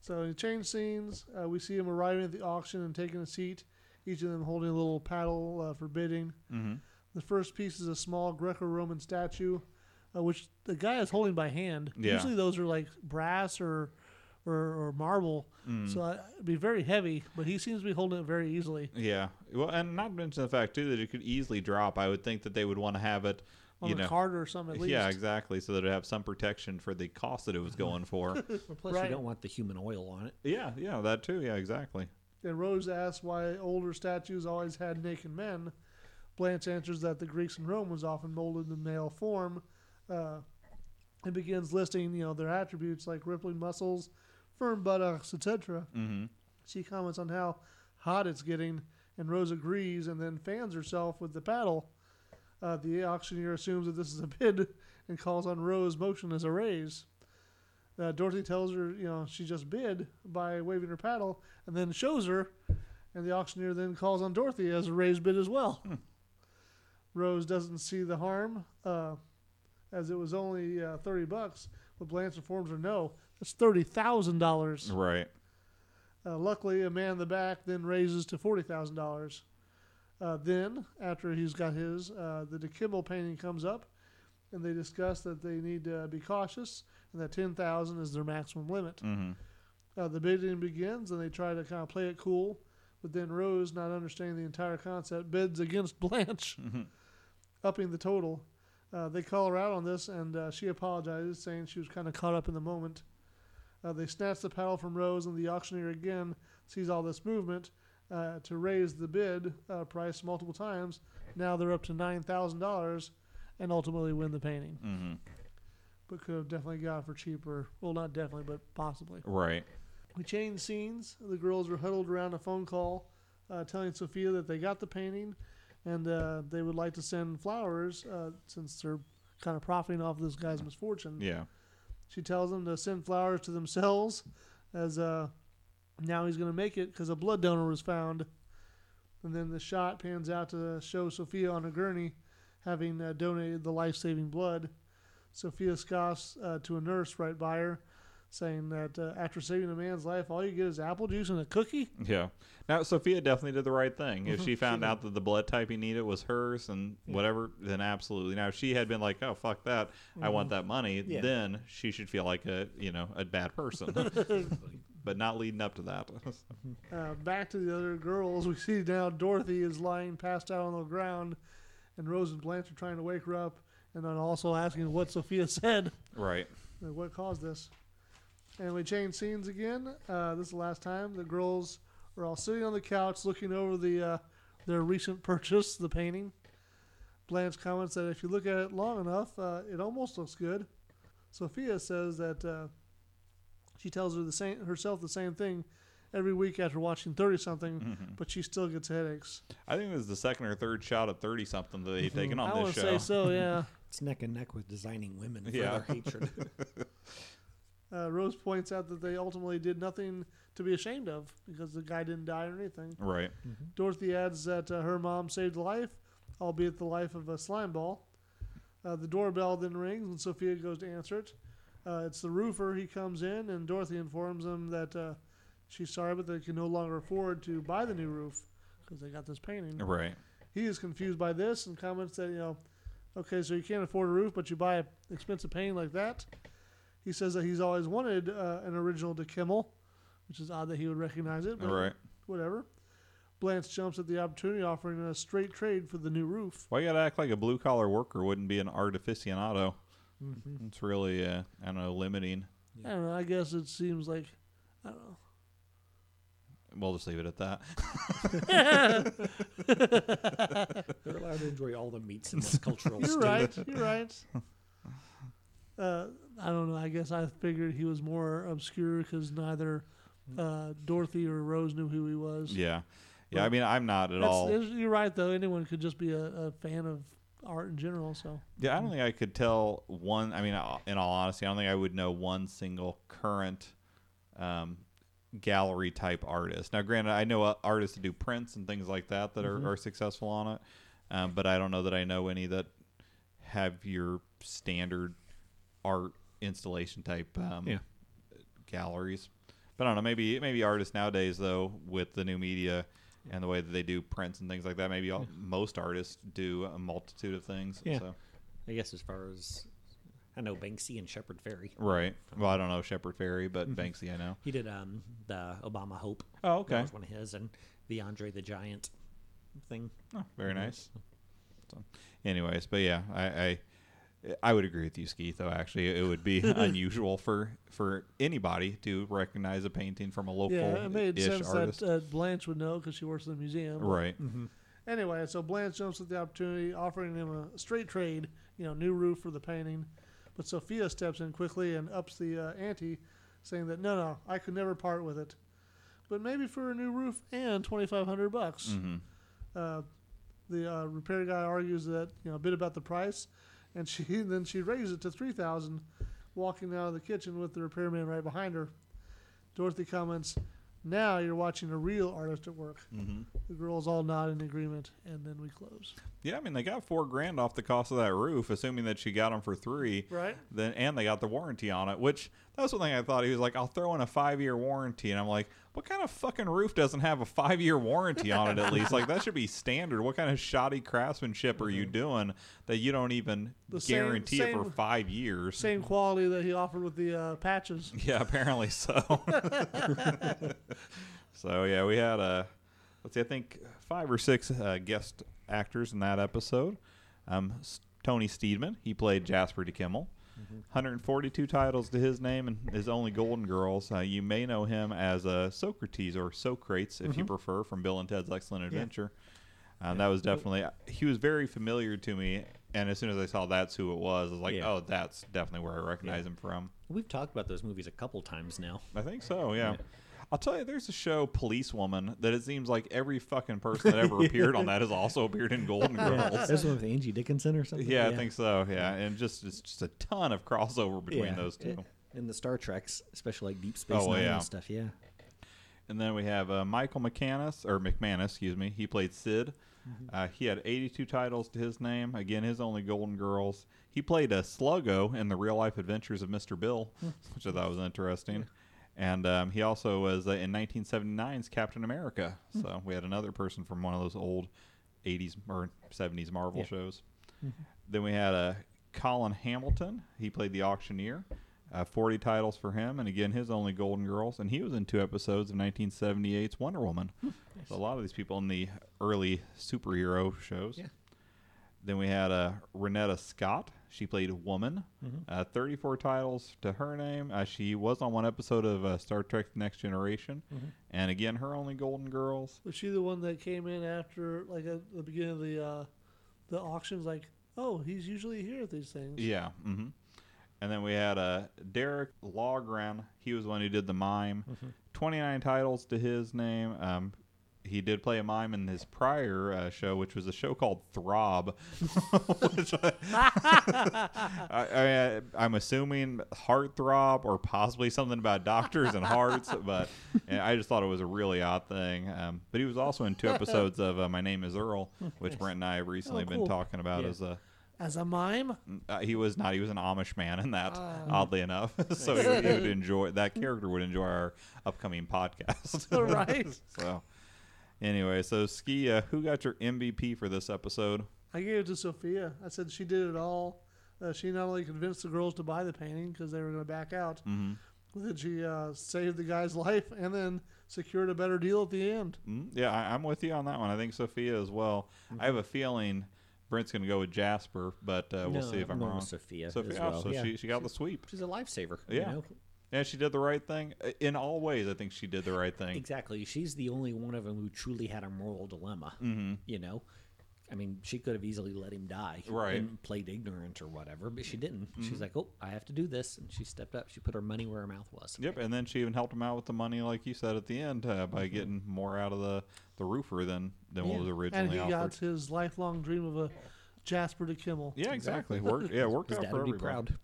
[SPEAKER 3] So we change scenes. Uh, we see them arriving at the auction and taking a seat, each of them holding a little paddle uh, for bidding.
[SPEAKER 1] hmm
[SPEAKER 3] The first piece is a small Greco-Roman statue, uh, which the guy is holding by hand.
[SPEAKER 1] Yeah.
[SPEAKER 3] Usually those are like brass or or, or marble,
[SPEAKER 1] Mm.
[SPEAKER 3] so uh, it'd be very heavy. But he seems to be holding it very easily.
[SPEAKER 1] Yeah. Well, and not to mention the fact too that it could easily drop. I would think that they would want to have it.
[SPEAKER 3] on
[SPEAKER 1] you
[SPEAKER 3] a
[SPEAKER 1] know.
[SPEAKER 3] card or something at least.
[SPEAKER 1] Yeah, exactly. So that it have some protection for the cost that it was going for.
[SPEAKER 2] Well, plus,
[SPEAKER 3] Right.
[SPEAKER 2] you don't want the human oil on it.
[SPEAKER 1] yeah, yeah, that too. Yeah, exactly.
[SPEAKER 3] And Rose asks why older statues always had naked men. Blanche answers that the Greeks in Rome was often molded in male form, uh, and begins listing you know their attributes like rippling muscles, firm buttocks, etc.
[SPEAKER 1] hmm
[SPEAKER 3] She comments on how hot it's getting, and Rose agrees, and then fans herself with the paddle. Uh, the auctioneer assumes that this is a bid and calls on Rose motion as a raise. Uh, Dorothy tells her, you know, she just bid by waving her paddle and then shows her, and the auctioneer then calls on Dorothy as a raised bid as well. Rose doesn't see the harm, uh, as it was only uh, 30 bucks, but Blanche informs her, no, that's $30,000.
[SPEAKER 1] Right.
[SPEAKER 3] Uh, luckily, a man in the back then raises to forty thousand uh, dollars. Uh, Then, after he's got his, uh, the DeKibble painting comes up, and they discuss that they need to be cautious and that ten thousand is their maximum limit.
[SPEAKER 1] hmm
[SPEAKER 3] Uh, the bidding begins, and they try to kind of play it cool, but then Rose, not understanding the entire concept, bids against Blanche, upping the total. Uh, they call her out on this, and uh, she apologizes, saying she was kind of caught up in the moment. Uh, they snatch the paddle from Rose, and the auctioneer again sees all this movement uh, to raise the bid uh, price multiple times. Now they're up to nine thousand dollars, and ultimately win the painting,
[SPEAKER 1] hmm
[SPEAKER 3] but could have definitely got for cheaper. Well, not definitely, but possibly.
[SPEAKER 1] Right.
[SPEAKER 3] We change scenes. The girls are huddled around a phone call uh, telling Sophia that they got the painting and uh, they would like to send flowers uh, since they're kind of profiting off this guy's misfortune.
[SPEAKER 1] Yeah.
[SPEAKER 3] She tells them to send flowers to themselves as uh, now he's going to make it because a blood donor was found. And then the shot pans out to show Sophia on a gurney having uh, donated the life saving blood. Sophia scoffs uh, to a nurse right by her, saying that uh, after saving a man's life, all you get is apple juice and a cookie.
[SPEAKER 1] Yeah. Now Sophia definitely did the right thing.
[SPEAKER 3] Mm-hmm.
[SPEAKER 1] If she found out that the blood type he needed was hers and whatever, then absolutely. Now if she had been like, "Oh fuck that, I want
[SPEAKER 3] Mm-hmm.
[SPEAKER 1] that money,"
[SPEAKER 2] Yeah.
[SPEAKER 1] then she should feel like a you know a bad person. but not leading up to that.
[SPEAKER 3] Uh, back to the other girls, we see now Dorothy is lying passed out on the ground, and Rose and Blanche are trying to wake her up, and then also asking what Sophia said.
[SPEAKER 1] right.
[SPEAKER 3] Like, what caused this? And we change scenes again. Uh, this is the last time. The girls are all sitting on the couch looking over the uh, their recent purchase, the painting. Blanche comments that if you look at it long enough, uh, it almost looks good. Sophia says that uh, she tells her the same herself the same thing every week after watching thirty something,
[SPEAKER 1] Mm-hmm.
[SPEAKER 3] but she still gets headaches.
[SPEAKER 1] I think this is the second or third shot at thirty something that they've taken on
[SPEAKER 3] Mm-hmm.
[SPEAKER 1] this
[SPEAKER 3] I want to
[SPEAKER 1] show.
[SPEAKER 3] say so, yeah.
[SPEAKER 2] It's neck and neck with designing women for
[SPEAKER 1] Yeah.
[SPEAKER 2] their hatred.
[SPEAKER 3] Uh, Rose points out that they ultimately did nothing to be ashamed of because the guy didn't die or anything.
[SPEAKER 1] Right.
[SPEAKER 3] Dorothy adds that uh, her mom saved a life, albeit the life of a slime ball. Uh, the doorbell then rings, and Sophia goes to answer it. Uh, it's the roofer. He comes in, and Dorothy informs him that uh, she's sorry, but they can no longer afford to buy the new roof because they got this painting.
[SPEAKER 1] Right.
[SPEAKER 3] He is confused by this and comments that, you know, okay, so you can't afford a roof, but you buy an expensive painting like that. He says that he's always wanted uh, an original de Kimmel, which is odd that he would recognize it. But
[SPEAKER 1] Right.
[SPEAKER 3] whatever. Blanche jumps at the opportunity, offering a straight trade for the new roof.
[SPEAKER 1] Why you gotta act like a blue collar worker wouldn't be an
[SPEAKER 3] Mm-hmm.
[SPEAKER 1] artificianato? It's really uh, I don't know limiting.
[SPEAKER 3] I don't know. I guess it seems like I don't know.
[SPEAKER 1] We'll just leave it at that.
[SPEAKER 2] They're allowed to enjoy all the meats in this cultural
[SPEAKER 3] You're
[SPEAKER 2] state.
[SPEAKER 3] right. You're right. Uh, I don't know. I guess I figured he was more obscure because neither uh, Dorothy or Rose knew who he was.
[SPEAKER 1] Yeah. Yeah, I mean, I'm not at
[SPEAKER 3] That's-
[SPEAKER 1] all.
[SPEAKER 3] it's- you're right, though. Anyone could just be a, a fan of art in general. So
[SPEAKER 1] Yeah, I
[SPEAKER 2] Hmm.
[SPEAKER 1] don't think I could tell one. I mean, uh, in all honesty, I don't think I would know one single current um, gallery type artist. Now, granted, I know uh, artists that do prints and things like that that
[SPEAKER 2] Mm-hmm.
[SPEAKER 1] are, are successful on it, um, but I don't know that I know any that have your standard art installation type um,
[SPEAKER 2] Yeah.
[SPEAKER 1] galleries. But I don't know. Maybe maybe artists nowadays though, with the new media and the way that they do prints and things like that, maybe all, most artists do a multitude of things.
[SPEAKER 2] Yeah.
[SPEAKER 1] So.
[SPEAKER 2] I guess as far as I know, Banksy and Shepard Fairey.
[SPEAKER 1] Right. Well, I don't know Shepherd Fairy,
[SPEAKER 3] Mm-hmm.
[SPEAKER 1] but Banksy I know.
[SPEAKER 2] He did um the Obama Hope.
[SPEAKER 1] Oh,
[SPEAKER 2] That
[SPEAKER 1] okay.
[SPEAKER 2] was one of his, and the Andre the Giant thing.
[SPEAKER 1] Oh, very nice. So, anyways, but yeah, I, I I would agree with you, Skeet. Though actually, it would be unusual for for anybody to recognize a painting from a local
[SPEAKER 3] yeah, it made
[SPEAKER 1] ish
[SPEAKER 3] sense
[SPEAKER 1] artist.
[SPEAKER 3] that uh, Blanche would know because she works at the museum.
[SPEAKER 1] right.
[SPEAKER 3] Anyway, so Blanche jumps at the opportunity, offering him a straight trade, you know, new roof for the painting. But Sophia steps in quickly and ups the uh, ante, saying that no, no, I could never part with it. But maybe for a new roof and twenty five hundred bucks. Uh, the uh, repair guy argues that you know a bit about the price, and she then she raises it to three thousand, walking out of the kitchen with the repairman right behind her. Dorothy comments, "Now you're watching a real artist at work." The girls all nod in agreement, and then we close.
[SPEAKER 1] Yeah, I mean they got four grand off the cost of that roof, assuming that she got them for three.
[SPEAKER 3] Right.
[SPEAKER 1] Then and they got the warranty on it, which that's one thing I thought he was like, I'll throw in a five year warranty, and I'm like, what kind of fucking roof doesn't have a five year warranty on it at least? Like that should be standard. What kind of shoddy craftsmanship are you doing that you don't even
[SPEAKER 3] Mm-hmm. The same-
[SPEAKER 1] guarantee it for
[SPEAKER 3] same-
[SPEAKER 1] five years?
[SPEAKER 3] Same quality that he offered with the uh, patches.
[SPEAKER 1] Yeah, apparently so. so yeah, we had uh, let's see, I think five or six uh, guest actors in that episode. Um, S- Tony Steedman, he played Jasper DeKimmel. 142 titles to his name and his only Golden Girls. Uh, you may know him as uh, Socrates or Socrates, if you prefer, from Bill and Ted's Excellent Adventure. Um, That was definitely he was very familiar to me, and as soon as I saw that's who it was, I was like,
[SPEAKER 2] Yeah.
[SPEAKER 1] oh, that's definitely where I recognize him from.
[SPEAKER 2] We've talked about those movies a couple times now.
[SPEAKER 1] I think so, yeah. I'll tell you, there's a show, Police Woman, that it seems like every fucking person that ever appeared on that has also appeared in Golden Girls.
[SPEAKER 2] There's one with Angie Dickinson or something.
[SPEAKER 1] Yeah, I think so. Yeah, and just it's just a ton of crossover between
[SPEAKER 2] Yeah.
[SPEAKER 1] those two.
[SPEAKER 2] And the Star Treks, especially like Deep Space
[SPEAKER 1] Oh,
[SPEAKER 2] Nine
[SPEAKER 1] yeah.
[SPEAKER 2] and stuff. Yeah.
[SPEAKER 1] And then we have uh, Michael McManus or McManus, excuse me. He played Sid. Uh, he had 82 titles to his name. Again, his only Golden Girls. He played a Sluggo in the Real Life Adventures of Mr. Bill, which I thought was interesting. And um, he also was uh, in 1979's Captain America. So we had another person from one of those old 80s or 70s Marvel shows. Mm-hmm. Then we had uh, Colin Hamilton. He played the auctioneer. Uh, 40 titles for him, and again, his only Golden Girls. And he was in two episodes of 1978's Wonder Woman. So a lot of these people in the early superhero shows.
[SPEAKER 2] Yeah.
[SPEAKER 1] Then we had uh, Renetta Scott. She played Woman. Uh, 34 titles to her name. Uh, she was on one episode of uh, Star Trek Next Generation. And again, her only Golden Girls.
[SPEAKER 3] Was she the one that came in after, like at the beginning of the uh, the auctions? Like, oh, he's usually here at these things.
[SPEAKER 1] Yeah. hmm And then we had uh, Derek Logran. He was the one who did the mime.
[SPEAKER 3] Mm-hmm.
[SPEAKER 1] 29 titles to his name. Um, he did play a mime in his prior uh, show, which was a show called Throb. which I, I, I, I'm assuming heartthrob or possibly something about doctors and hearts, but and I just thought it was a really odd thing. Um, but he was also in two episodes of uh, My Name is Earl, which Brent and I have recently been
[SPEAKER 3] Oh, cool.
[SPEAKER 1] talking about
[SPEAKER 2] Yeah.
[SPEAKER 1] as a
[SPEAKER 3] As a mime,
[SPEAKER 1] uh, he was not. He was an Amish man in that, oddly enough. so he would, he would enjoy that character would enjoy our upcoming podcast.
[SPEAKER 3] Right.
[SPEAKER 1] so, anyway, so Ski, uh, who got your MVP for this episode?
[SPEAKER 3] I gave it to Sophia. I said she did it all. Uh, she not only convinced the girls to buy the painting because they were going to back out, but then she uh, saved the guy's life and then secured a better deal at the end.
[SPEAKER 1] Mm, yeah, I, I'm with you on that one. I think Sophia as well. I have a feeling Brent's going to go with Jasper, but uh, we'll
[SPEAKER 2] No,
[SPEAKER 1] see if I'm
[SPEAKER 2] no,
[SPEAKER 1] wrong.
[SPEAKER 2] Sophia as
[SPEAKER 1] Sophia, oh,
[SPEAKER 2] well,
[SPEAKER 1] so
[SPEAKER 2] yeah.
[SPEAKER 1] she she got the sweep.
[SPEAKER 2] She's a lifesaver.
[SPEAKER 1] Yeah.
[SPEAKER 2] You know?
[SPEAKER 1] Yeah, she did the right thing. I- In all ways, I think she did the right thing.
[SPEAKER 2] Exactly. She's the only one of them who truly had a moral dilemma.
[SPEAKER 1] Mm-hmm.
[SPEAKER 2] You know, I mean, she could have easily let him die,
[SPEAKER 1] Right. Mm-hmm.
[SPEAKER 2] And played ignorant or whatever, but she didn't. She's like, "Oh, I have to do this," and she stepped up. She put her money where her mouth was.
[SPEAKER 1] Yep, and then she even helped him out with the money, like you said at the end, uh, by getting more out of the, the roofer than, than
[SPEAKER 2] Mm-hmm. Yeah.
[SPEAKER 1] what was
[SPEAKER 3] and
[SPEAKER 1] originally
[SPEAKER 3] he got
[SPEAKER 1] offered.
[SPEAKER 3] his lifelong dream of a Jasper to Kimmel.
[SPEAKER 1] Yeah, exactly. Worked. Yeah, it worked
[SPEAKER 2] His
[SPEAKER 1] out
[SPEAKER 2] dad
[SPEAKER 1] Oh, for
[SPEAKER 2] would be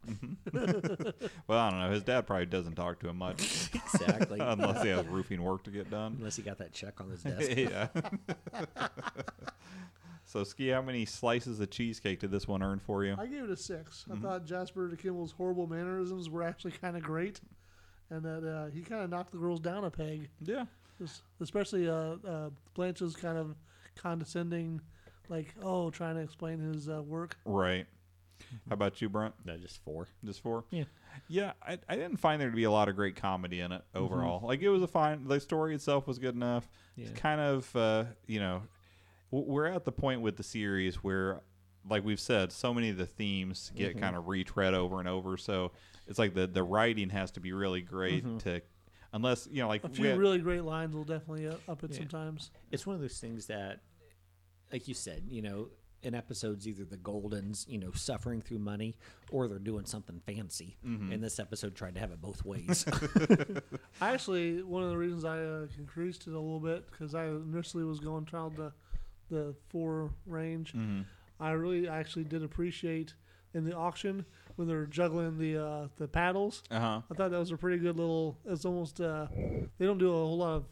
[SPEAKER 1] everybody.
[SPEAKER 2] proud.
[SPEAKER 1] Well, I don't know. His dad probably doesn't talk to him much
[SPEAKER 2] exactly.
[SPEAKER 1] unless he has roofing work to get done.
[SPEAKER 2] Unless he got that check on his desk.
[SPEAKER 1] yeah. so, Ski, how many slices of cheesecake did this one earn for you?
[SPEAKER 3] I gave it a 6 I thought Jasper to Kimmel's horrible mannerisms were actually kind of great, and that uh, he kind of knocked the girls down a peg.
[SPEAKER 1] yeah.
[SPEAKER 3] Just- especially uh, uh, Blanche's kind of condescending, like oh, trying to explain his uh, work.
[SPEAKER 1] Right. How about you, Brent?
[SPEAKER 2] No, just four.
[SPEAKER 1] Just four?
[SPEAKER 2] Yeah.
[SPEAKER 1] Yeah, I, I didn't find there to be a lot of great comedy in it overall. Like, it was a fine, the story itself was good enough.
[SPEAKER 2] Yeah.
[SPEAKER 1] It's kind of, uh, you know, w- we're at the point with the series where, like we've said, so many of the themes get kind of retread over and over. So it's like the, the writing has to be really great to, unless, you know, like,
[SPEAKER 3] A
[SPEAKER 1] we
[SPEAKER 3] few
[SPEAKER 1] had-
[SPEAKER 3] really great lines will definitely uh, up it
[SPEAKER 2] Yeah.
[SPEAKER 3] sometimes.
[SPEAKER 2] It's one of those things that, like you said, you know, in episodes either the Goldens, you know, suffering through money, or they're doing something fancy.
[SPEAKER 1] Mm-hmm.
[SPEAKER 2] And this episode tried to have it both ways.
[SPEAKER 3] Actually, one of the reasons I uh, increased it a little bit because I initially was going trying the the four range. I really actually did appreciate in the auction when they were juggling the uh, the paddles.
[SPEAKER 1] uh-huh.
[SPEAKER 3] I thought that was a pretty good little. It's almost uh, they don't do a whole lot of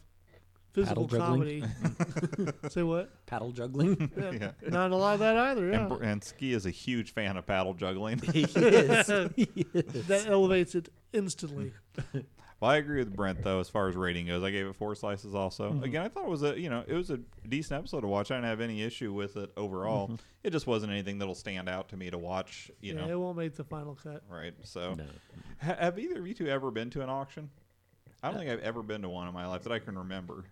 [SPEAKER 2] Paddle
[SPEAKER 3] physical comedy.
[SPEAKER 2] juggling?
[SPEAKER 3] Say what?
[SPEAKER 2] Paddle juggling.
[SPEAKER 3] Yeah,
[SPEAKER 1] Yeah.
[SPEAKER 3] Not a lot of that either. Yeah.
[SPEAKER 1] And, Br- and Ski is a huge fan of paddle juggling.
[SPEAKER 2] he is. He is.
[SPEAKER 3] that elevates it instantly.
[SPEAKER 1] well, I agree with Brent though, as far as rating goes. I gave it four slices. Also,
[SPEAKER 2] Mm-hmm.
[SPEAKER 1] again, I thought it was a you know it was a decent episode to watch. I didn't have any issue with it
[SPEAKER 2] Mm-hmm.
[SPEAKER 1] overall. It just wasn't anything that'll stand out to me to watch. You
[SPEAKER 3] yeah,
[SPEAKER 1] know,
[SPEAKER 3] it won't make the final cut.
[SPEAKER 1] right? So,
[SPEAKER 2] No.
[SPEAKER 1] ha- have either of you two ever been to an auction? I
[SPEAKER 2] Uh,
[SPEAKER 1] don't think I've ever been to one in my life that I can remember.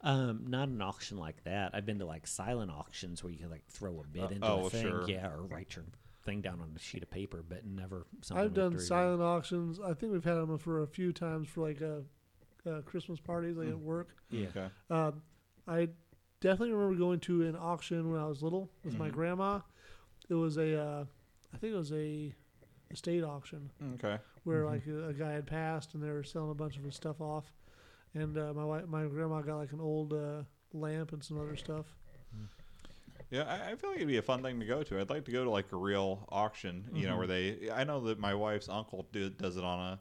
[SPEAKER 2] Um, not an auction like that. I've been to like silent auctions where you can like throw a bid
[SPEAKER 1] Uh,
[SPEAKER 2] into
[SPEAKER 1] oh,
[SPEAKER 2] a thing,
[SPEAKER 1] sure.
[SPEAKER 2] yeah, or write your thing down on a sheet of paper, but never. something
[SPEAKER 3] I've
[SPEAKER 2] we
[SPEAKER 3] done
[SPEAKER 2] threw.
[SPEAKER 3] silent auctions. I think we've had them for a few times for like uh uh Christmas parties, like at work.
[SPEAKER 2] Yeah.
[SPEAKER 1] Okay.
[SPEAKER 3] Um, I definitely remember going to an auction when I was little with my grandma. It was a, uh, I think it was a estate auction
[SPEAKER 1] Okay.
[SPEAKER 3] where
[SPEAKER 1] Mm-hmm.
[SPEAKER 3] like a, a guy had passed and they were selling a bunch of his stuff off, and uh, my wife, my grandma got like an old uh, lamp and some other stuff.
[SPEAKER 1] Yeah, I, I feel like it'd be a fun thing to go to. I'd like to go to like a real auction, you know, where they. I know that my wife's uncle do, does it on a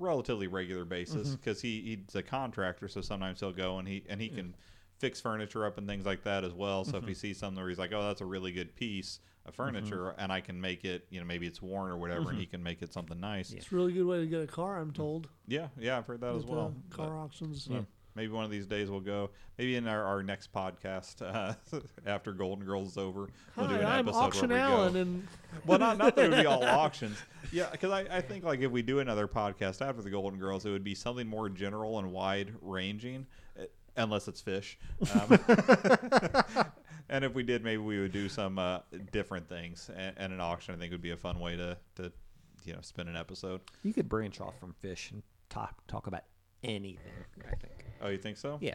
[SPEAKER 1] relatively regular basis because he, he's a contractor, so sometimes he'll go and he and he can fix furniture up and things like that as well. So if he sees something where he's like, "Oh, that's a really good piece of furniture," and I can make it, you know, maybe it's worn or whatever, and he can make it something nice. Yeah,
[SPEAKER 2] Yeah.
[SPEAKER 3] It's a really good way to get a car, I'm told.
[SPEAKER 1] yeah, I've heard that as
[SPEAKER 3] at, uh,
[SPEAKER 1] well. But-
[SPEAKER 3] car auctions.
[SPEAKER 1] so maybe one of these days we'll go. Maybe in our, our next podcast uh, after Golden Girls is over, we'll do an
[SPEAKER 3] Hi, I'm
[SPEAKER 1] episode
[SPEAKER 3] Auction
[SPEAKER 1] where we go
[SPEAKER 3] Allen, and
[SPEAKER 1] well, not, not that it would be all auctions. Yeah, because I, I think like if we do another podcast after the Golden Girls, it would be something more general and wide ranging, eh, unless it's fish. Um, and if we did, maybe we would do some uh, different things. And, and an auction, I think, would be a fun way to to you know spin an episode.
[SPEAKER 2] You could branch off from fish and talk talk about anything. I think.
[SPEAKER 1] Oh, you think so?
[SPEAKER 2] Yeah.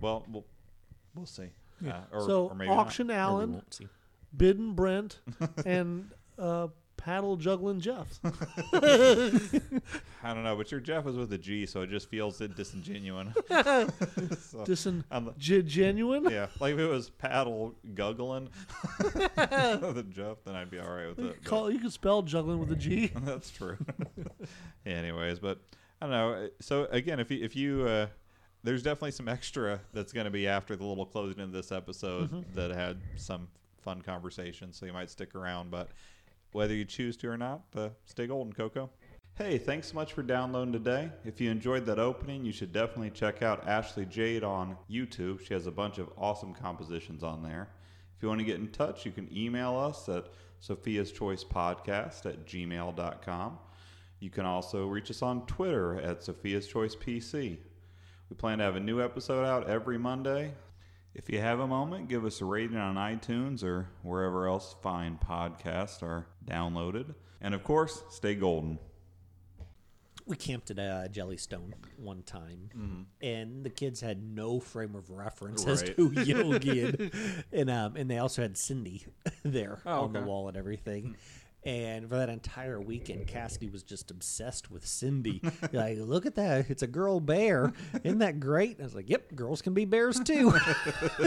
[SPEAKER 1] Well, we'll, we'll see. Uh, or,
[SPEAKER 3] so
[SPEAKER 1] or maybe not.
[SPEAKER 3] Auction Allen,
[SPEAKER 2] won't see.
[SPEAKER 3] Bidden Brent, and uh, Paddle Juggling Jeff.
[SPEAKER 1] I don't know, but your Jeff was with a G, so it just feels disingenuous. so,
[SPEAKER 3] Disen-
[SPEAKER 1] I'm the-
[SPEAKER 3] ge- genuine.
[SPEAKER 1] yeah, like if it was paddle guggling the Jeff, then I'd be all right with
[SPEAKER 3] You,
[SPEAKER 1] it.
[SPEAKER 3] could
[SPEAKER 1] but-
[SPEAKER 3] call, you could spell juggling with a G.
[SPEAKER 1] that's true. Anyways, but I don't know. So again, if you if you uh, there's definitely some extra that's going to be after the little closing of this episode that had some fun conversation, so you might stick around. But whether you choose to or not, uh, stay golden, Coco. Hey, thanks so much for downloading today. If you enjoyed that opening, you should definitely check out Ashley Jade on YouTube. She has a bunch of awesome compositions on there. If you want to get in touch, you can email us at Sophia's Choice Podcast at gmail.com. You can also reach us on Twitter at Sophia's Choice PC. We plan to have a new episode out every Monday. If you have a moment, give us a rating on iTunes or wherever else fine podcasts are downloaded. And of course, stay golden.
[SPEAKER 2] we camped at uh, Jellystone one time, and the kids had no frame of reference as
[SPEAKER 1] Mm-hmm. Right.
[SPEAKER 2] to who Yogi and and, um, and they also had Cindy there
[SPEAKER 1] Oh,
[SPEAKER 2] on the
[SPEAKER 1] okay. Hmm.
[SPEAKER 2] wall and everything. And for that entire weekend, Cassidy was just obsessed with Cindy. like, look at that! It's a girl bear. Isn't that great? And I was like, "Yep, girls can be bears too."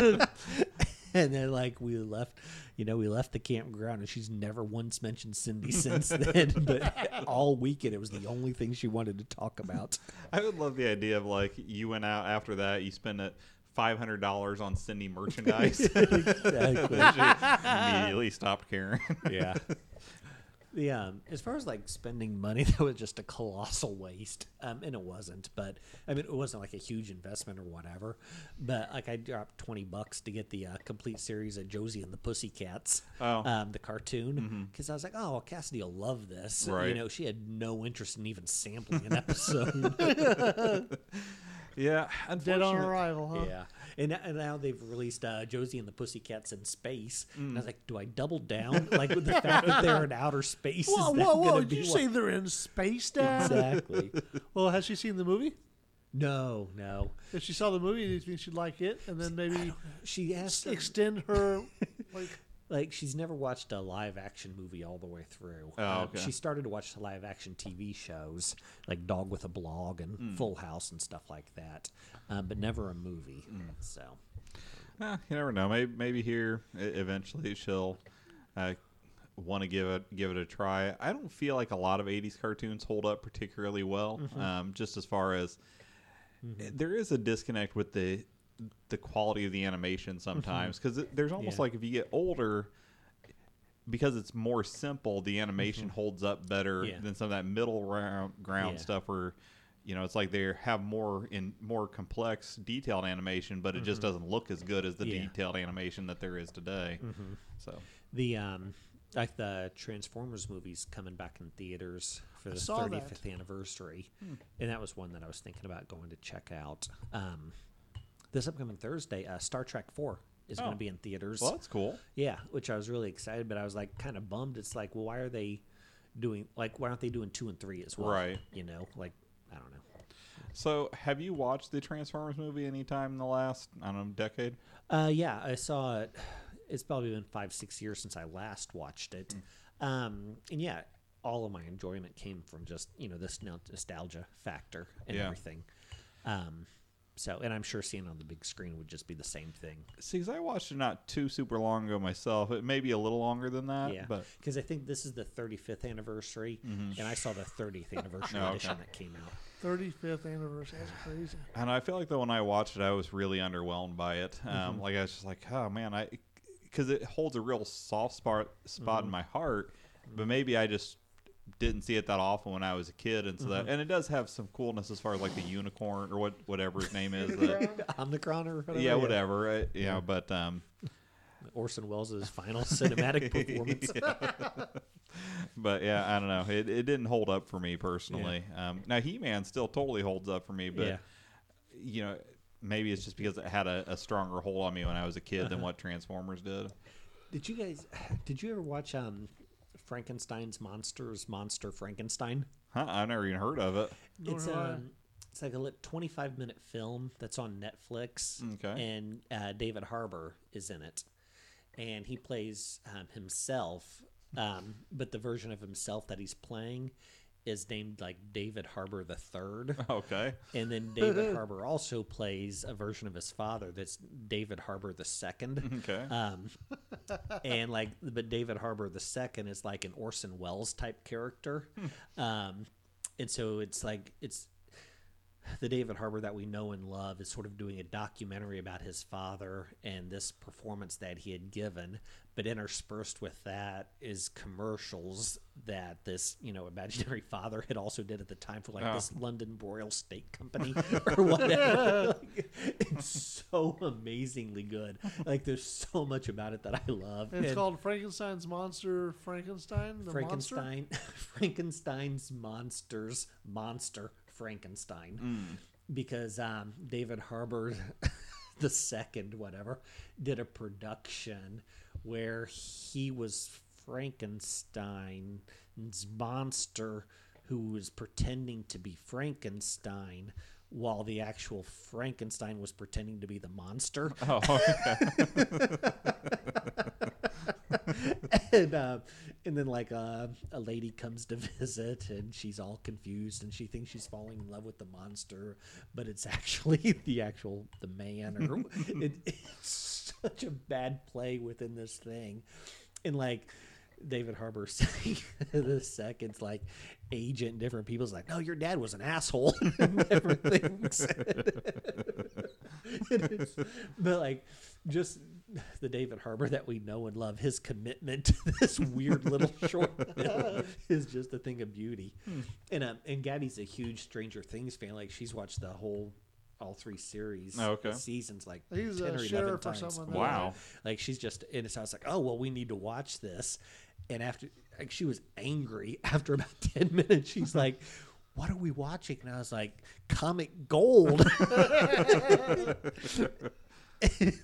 [SPEAKER 2] and then like we left you know we left the campground and she's never once mentioned cindy since then but all weekend it was the only thing she wanted to talk about
[SPEAKER 1] I would love the idea of like you went out after that, you spent it five hundred dollars on Cindy merchandise.
[SPEAKER 2] exactly
[SPEAKER 1] Then she immediately stopped caring.
[SPEAKER 2] yeah yeah um, as far as like spending money that was just a colossal waste um, and it wasn't but i mean it wasn't like a huge investment or whatever but like i dropped 20 bucks to get the uh, complete series of josie and the pussycats
[SPEAKER 1] Oh.
[SPEAKER 2] um, the
[SPEAKER 3] Mm-hmm.
[SPEAKER 2] cartoon because i was like oh well, cassidy will love this you
[SPEAKER 1] Right.
[SPEAKER 2] know she had no interest in even sampling an episode
[SPEAKER 1] yeah,
[SPEAKER 3] Dead on
[SPEAKER 1] unfortunately.
[SPEAKER 3] arrival, huh?
[SPEAKER 2] Yeah, and, uh, and now they've released uh, Josie and the Pussycats in space.
[SPEAKER 3] Mm.
[SPEAKER 2] And I was like, do I double down? Like with the fact that they're in outer space?
[SPEAKER 3] Whoa,
[SPEAKER 2] is that
[SPEAKER 3] whoa, whoa!
[SPEAKER 2] gonna
[SPEAKER 3] Did
[SPEAKER 2] be
[SPEAKER 3] you
[SPEAKER 2] what-
[SPEAKER 3] say they're in space, Dad?
[SPEAKER 2] exactly?
[SPEAKER 3] Well, has she seen the movie?
[SPEAKER 2] No, no.
[SPEAKER 3] If she saw the movie, do you think she'd like it? And then maybe
[SPEAKER 2] She asked,
[SPEAKER 3] extend her, like,
[SPEAKER 2] like, she's never watched a live action movie all the way through.
[SPEAKER 1] Oh,
[SPEAKER 2] Uh,
[SPEAKER 1] okay.
[SPEAKER 2] She started to watch the live action TV shows like Dog with a Blog and
[SPEAKER 1] Hmm.
[SPEAKER 2] Full House and stuff like that, um, but never a movie.
[SPEAKER 1] Hmm.
[SPEAKER 2] So.
[SPEAKER 1] Eh, you never know. Maybe maybe here e- eventually she'll uh, want to give it give it a try. I don't feel like a lot of '80s cartoons hold up particularly well.
[SPEAKER 2] Mm-hmm.
[SPEAKER 1] Um, just as far as eh, there is a disconnect with the the quality of the animation sometimes because there's almost
[SPEAKER 2] Mm-hmm. Yeah.
[SPEAKER 1] like if you get older. Because it's more simple, the animation holds up better
[SPEAKER 2] Mm-hmm. Yeah.
[SPEAKER 1] than some of that middle round, ground
[SPEAKER 2] Yeah.
[SPEAKER 1] stuff stuff where you know it's like they have more in more complex detailed animation but it just doesn't look as good as the
[SPEAKER 2] Mm-hmm. Yeah. Mm-hmm.
[SPEAKER 1] detailed animation that there is today so
[SPEAKER 2] The um, like the Transformers movies coming back in theaters for the
[SPEAKER 3] saw
[SPEAKER 2] 35th
[SPEAKER 3] that.
[SPEAKER 2] anniversary,
[SPEAKER 1] Hmm.
[SPEAKER 2] and that was one that I was thinking about going to check out. Um, this upcoming Thursday, uh, Star Trek Four is going
[SPEAKER 1] Oh.
[SPEAKER 2] to be in theaters.
[SPEAKER 1] well that's cool
[SPEAKER 2] Yeah, which I was really excited, but I was like kind of bummed. It's like, well, why are they doing like why aren't they doing two and three as well?
[SPEAKER 1] Right.
[SPEAKER 2] You know, like I don't know.
[SPEAKER 1] so have you watched the transformers movie anytime in the last i don't know decade
[SPEAKER 2] Uh, yeah, I saw it. It's probably been five, six years since I last watched it.
[SPEAKER 1] Mm.
[SPEAKER 2] Um, and yeah, all of my enjoyment came from just you know this no- nostalgia factor and
[SPEAKER 1] Yeah.
[SPEAKER 2] everything. Um, so, and I'm sure seeing it on the big screen would just be the same thing.
[SPEAKER 1] see 'cause i watched it not too super long ago myself it may be a little longer than that
[SPEAKER 2] Yeah,
[SPEAKER 1] Uh, but Mm-hmm.
[SPEAKER 2] because I think this is the 35th anniversary, and I saw the 30th anniversary
[SPEAKER 1] Oh, okay.
[SPEAKER 2] edition that came out.
[SPEAKER 3] 35th anniversary. That's crazy.
[SPEAKER 1] And I feel like though when I watched it, I was really underwhelmed by it. Um, Like I was just like, oh man, I because it holds a real soft spot spot in my heart. But maybe I just didn't see it that often when I was a kid, and so that and it does have some coolness as far as like the unicorn or what whatever his name is. that-
[SPEAKER 2] Omnicron or whatever.
[SPEAKER 1] yeah, whatever. I, yeah, but um,
[SPEAKER 2] Orson Welles' final cinematic performance.
[SPEAKER 1] but yeah, I don't know. It it didn't hold up for me personally. Um, now He Man still totally holds up for me, but.
[SPEAKER 2] yeah.
[SPEAKER 1] you know, maybe it's just because it had a, a stronger hold on me when I was a kid than what Transformers did.
[SPEAKER 2] Did you guys? Did you ever watch um, Frankenstein's monsters? Monster Frankenstein.
[SPEAKER 1] Huh, I've never even heard of it.
[SPEAKER 3] Nor
[SPEAKER 2] it's
[SPEAKER 3] have I.
[SPEAKER 2] um, it's like a lit- twenty-five minute film that's on Netflix.
[SPEAKER 1] Okay.
[SPEAKER 2] And uh, David Harbour is in it, and he plays um, himself. Um, but the version of himself that he's playing is named like David Harbour the Third.
[SPEAKER 1] Okay.
[SPEAKER 2] And then David Harbour also plays a version of his father that's David Harbour the second.
[SPEAKER 1] Okay.
[SPEAKER 2] Um, and like, but David Harbour the second is like an Orson Welles type character. Um, and so it's like, it's the David Harbour that we know and love is sort of doing a documentary about his father and this performance that he had given. But interspersed with that is commercials that this, you know, imaginary father had also did at the time for like
[SPEAKER 1] Oh.
[SPEAKER 2] this London Broil Steak Company or whatever. Like, it's so amazingly good. Like there's so much about it that I love.
[SPEAKER 3] And it's
[SPEAKER 2] And-
[SPEAKER 3] called Frankenstein's Monster. Frankenstein, the monster.
[SPEAKER 2] Frankenstein, Frankenstein's monsters, monster Frankenstein,
[SPEAKER 3] Hmm.
[SPEAKER 2] because um, David Harbour, the second whatever, did a production where he was Frankenstein's monster who was pretending to be Frankenstein while the actual Frankenstein was pretending to be the monster.
[SPEAKER 1] Oh, okay.
[SPEAKER 2] and uh, and then like uh, a lady comes to visit and she's all confused and she thinks she's falling in love with the monster but it's actually the actual the man or it, it's such a bad play within this thing and like David Harbour saying the seconds like agent different people's like no your dad was an asshole and everything It is. but like just the David Harbour that we know and love, his commitment to this weird little short is just a thing of beauty.
[SPEAKER 1] Hmm.
[SPEAKER 2] And um, and Gabby's a huge Stranger Things fan. Like she's watched the whole all three series
[SPEAKER 1] Oh, okay.
[SPEAKER 2] seasons like
[SPEAKER 3] He's a
[SPEAKER 2] ten or eleven
[SPEAKER 3] sheriff or
[SPEAKER 2] times.
[SPEAKER 3] something.
[SPEAKER 1] wow.
[SPEAKER 2] Like she's just in it. So I was like, oh well, we need to watch this. And after like she was angry after about ten minutes, she's like, "What are we watching?" And I was like, "Comic Gold." and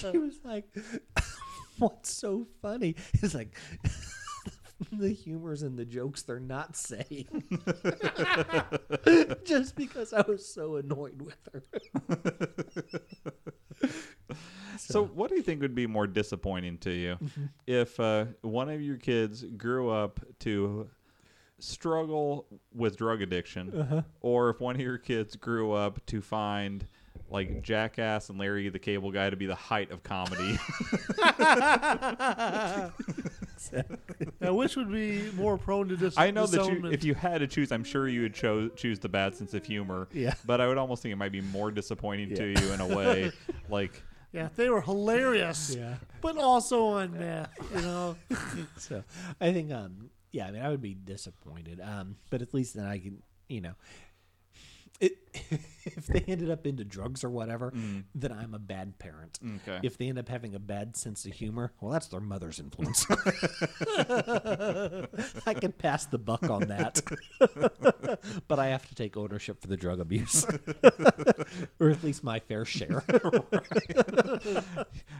[SPEAKER 2] she was like, "What's so funny?" It's like. The humors and the jokes they're not saying. Just because I was so annoyed with her.
[SPEAKER 1] So, what do you think would be more disappointing to you if uh, one of your kids grew up to struggle with drug addiction, or if one of your kids grew up to find like Jackass and Larry the Cable Guy to be the height of comedy?
[SPEAKER 3] Now, which would be more prone to dis-
[SPEAKER 1] I know that you,
[SPEAKER 3] disownment?
[SPEAKER 1] if you had to choose, I'm sure you would cho- choose the bad sense of humor.
[SPEAKER 2] Yeah.
[SPEAKER 1] But I would almost think it might be more disappointing to you in a way, like.
[SPEAKER 3] yeah, they were hilarious.
[SPEAKER 2] Yeah.
[SPEAKER 3] but also on meth. You know,
[SPEAKER 2] so I think um yeah, I mean I would be disappointed. Um but at least then I can you know it, if they ended up into drugs or whatever, then I'm a bad parent.
[SPEAKER 1] Okay.
[SPEAKER 2] If they end up having a bad sense of humor, well that's their mother's influence. I can pass the buck on that. but I have to take ownership for the drug abuse. or at least my fair share.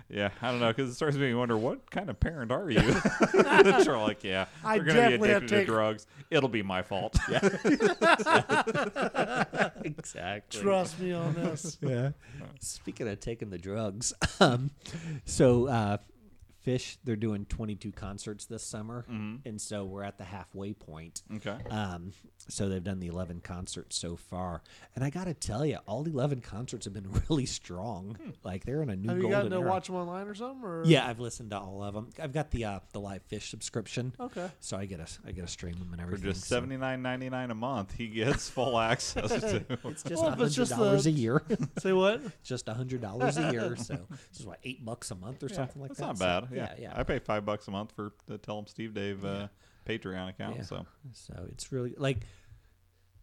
[SPEAKER 1] Yeah, I don't know because it starts making me wonder what kind of parent are you? that you're like, yeah,
[SPEAKER 3] I
[SPEAKER 1] you're gonna be
[SPEAKER 3] definitely have
[SPEAKER 1] addicted to
[SPEAKER 3] taken-
[SPEAKER 1] drugs. It'll be my fault.
[SPEAKER 2] exactly.
[SPEAKER 3] trust me on this.
[SPEAKER 2] yeah. Speaking of taking the drugs, um, so uh, Fish they're doing 22 concerts this summer,
[SPEAKER 3] Mm-hmm.
[SPEAKER 2] and so we're at the halfway point.
[SPEAKER 1] okay.
[SPEAKER 2] Um, so they've done the 11 concerts so far, and I gotta tell you, all the 11 concerts have been really strong. Like they're in a new
[SPEAKER 3] Hmm. Have you
[SPEAKER 2] golden
[SPEAKER 3] gotten to
[SPEAKER 2] era.
[SPEAKER 3] watch them online or something? Or
[SPEAKER 2] yeah, I've listened to all of them. I've got the uh, the live Fish subscription.
[SPEAKER 3] Okay.
[SPEAKER 2] So I get a I get a stream them and
[SPEAKER 1] For
[SPEAKER 2] everything.
[SPEAKER 1] just
[SPEAKER 2] so
[SPEAKER 1] seventy nine ninety nine a month, he gets full access to.
[SPEAKER 2] It's just a
[SPEAKER 3] Well,
[SPEAKER 2] hundred
[SPEAKER 3] if it's Oh, just
[SPEAKER 2] dollars
[SPEAKER 3] the-
[SPEAKER 2] a year.
[SPEAKER 3] Say what?
[SPEAKER 2] just a hundred dollars a year. So this is what eight bucks a month or something like
[SPEAKER 1] That's
[SPEAKER 2] that.
[SPEAKER 1] not
[SPEAKER 2] So,
[SPEAKER 1] bad. Yeah.
[SPEAKER 2] yeah,
[SPEAKER 1] I pay five bucks a month for the Tell Him Steve Dave uh, Patreon account.
[SPEAKER 2] Yeah.
[SPEAKER 1] So
[SPEAKER 2] So it's really like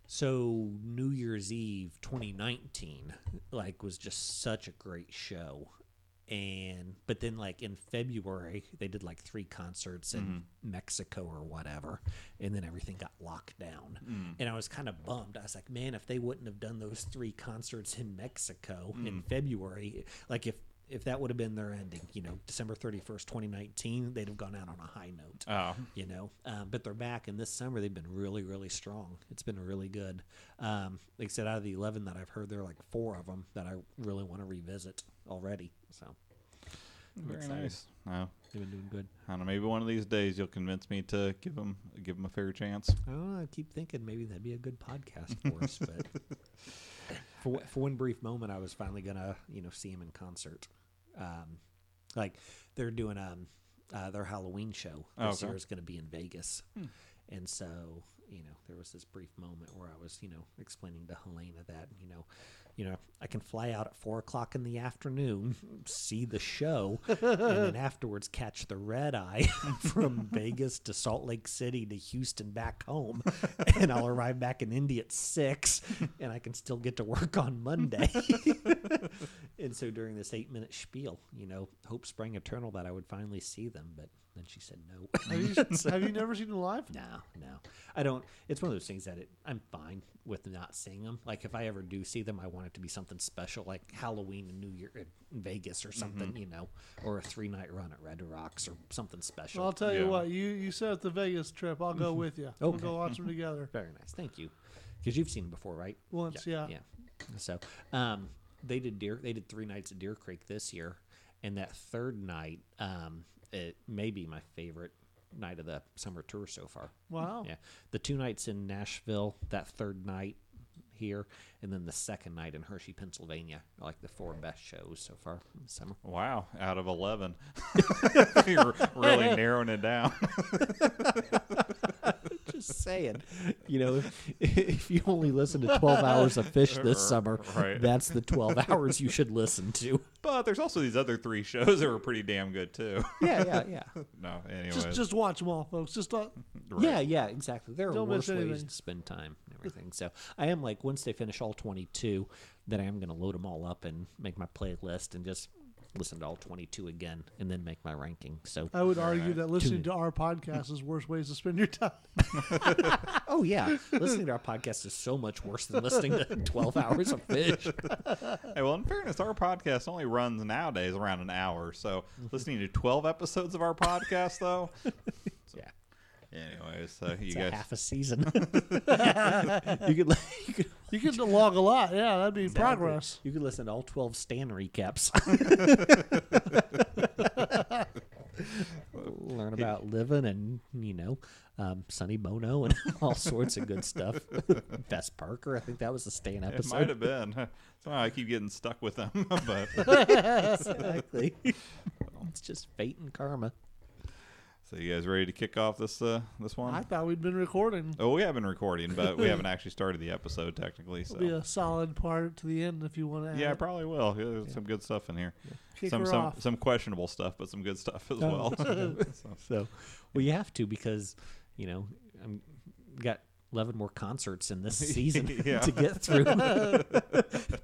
[SPEAKER 2] so New Year's Eve 2019 like was just such a great show. And but then like in February they did like three concerts in Mexico or whatever and then everything got locked down. And I was kind of bummed. I was like, man, if they wouldn't have done those three concerts in Mexico in February, like if if that would have been their ending, you know, December 31st, 2019, they'd have gone out on a high note
[SPEAKER 1] oh,
[SPEAKER 2] you know. Um, but they're back, and this summer they've been really, really strong. It's been really good. Um, like I said, out of the eleven that I've heard, there are like four of them that I really want to revisit already. So
[SPEAKER 1] very nice. Oh.
[SPEAKER 2] they've been doing good.
[SPEAKER 1] I don't know. Maybe one of these days you'll convince me to give him give him a fair chance.
[SPEAKER 2] I don't know. I keep thinking maybe that'd be a good podcast for us, but for wh- for one brief moment, I was finally gonna you know see him in concert. Um, like they're doing um uh, their Halloween show
[SPEAKER 1] Oh,
[SPEAKER 2] this
[SPEAKER 1] okay.
[SPEAKER 2] year is gonna be in Vegas, and so you know there was this brief moment where I was you know explaining to Helena that you know. You know, I can fly out at four o'clock in the afternoon, see the show, and then afterwards catch the red eye from Vegas to Salt Lake City to Houston back home, and I'll arrive back in Indy at six, and I can still get to work on Monday. and did so during this eight minute spiel. You know, hope sprang eternal that I would finally see them, but then she said no.
[SPEAKER 3] Have you, have you never seen them live?
[SPEAKER 2] No, no, I don't. It's one of those things that it, I'm fine with not seeing them. Like if I ever do see them, I want it to be something special, like Halloween and New Year in Vegas or something,
[SPEAKER 3] Mm-hmm.
[SPEAKER 2] you know, or a three night run at Red Rocks or something special.
[SPEAKER 3] Well, I'll tell
[SPEAKER 1] Yeah.
[SPEAKER 3] you what. You you set up the Vegas trip. I'll go with you. We'll
[SPEAKER 2] Mm-hmm. Okay. Mm-hmm.
[SPEAKER 3] go watch them together
[SPEAKER 2] Very nice, thank you, because you've seen them before, right?
[SPEAKER 3] once. Yeah.
[SPEAKER 2] yeah. So, um, they did deer. They did three nights at Deer Creek this year, and that third night, um, it may be my favorite night of the summer tour so far.
[SPEAKER 3] Wow.
[SPEAKER 2] Yeah, the two nights in Nashville, that third night here, and then the second night in Hershey, Pennsylvania. are, Like the four best shows so far in the summer.
[SPEAKER 1] Wow, out of 11. You're really narrowing it down.
[SPEAKER 2] Just saying, you know, if, if you only listen to twelve hours of fish this summer,
[SPEAKER 1] Right.
[SPEAKER 2] that's the twelve hours you should listen to.
[SPEAKER 1] But there's also these other three shows that were pretty damn good, too.
[SPEAKER 2] Yeah, yeah, yeah.
[SPEAKER 1] No, anyways.
[SPEAKER 3] Just just watch them all, folks. Just uh,
[SPEAKER 1] right.
[SPEAKER 2] Yeah, yeah, exactly. There are
[SPEAKER 3] Don't
[SPEAKER 2] worse
[SPEAKER 3] miss
[SPEAKER 2] ways
[SPEAKER 3] anything.
[SPEAKER 2] to spend time and everything. So I am like, once they finish all 22, then I am going to load them all up and make my playlist and just listen to all 22 again and then make my ranking. So,
[SPEAKER 3] I would argue
[SPEAKER 1] right.
[SPEAKER 3] that listening to our podcast is worse ways to spend your time.
[SPEAKER 2] oh, yeah, listening to our podcast is so much worse than listening to 12 hours of fish.
[SPEAKER 1] Hey, well, in fairness, our podcast only runs nowadays around an hour. So listening to 12 episodes of our podcast, though.
[SPEAKER 2] Yeah.
[SPEAKER 1] Anyways, so you
[SPEAKER 2] It's a
[SPEAKER 1] guys.
[SPEAKER 2] half a season. you could li- you could
[SPEAKER 3] You could log a lot. Yeah, that'd be progress.
[SPEAKER 2] You could listen to all 12 Stan recaps. Learn about living and, you know, um, Sonny Bono and all sorts of good stuff. Bess Parker, I think that was a Stan
[SPEAKER 1] It might
[SPEAKER 2] episode.
[SPEAKER 1] have been. Somehow I keep getting stuck with them, but
[SPEAKER 2] Exactly. it's just fate and karma.
[SPEAKER 1] so you guys ready to kick off this uh, this one?
[SPEAKER 3] I thought we'd been recording.
[SPEAKER 1] oh, we have been recording, but we haven't actually started the episode technically. So
[SPEAKER 3] It'll be uh, a solid part to the end if you want to.
[SPEAKER 1] yeah, I
[SPEAKER 3] add.
[SPEAKER 1] probably will. There's some good stuff in here.
[SPEAKER 3] Kick
[SPEAKER 1] some
[SPEAKER 3] her
[SPEAKER 1] some
[SPEAKER 3] off. Oh.
[SPEAKER 1] some questionable stuff, but some good stuff as well. So,
[SPEAKER 2] So, well, you have to because, you know, I'm got 11 more concerts in this season
[SPEAKER 1] Yeah.
[SPEAKER 2] to get through.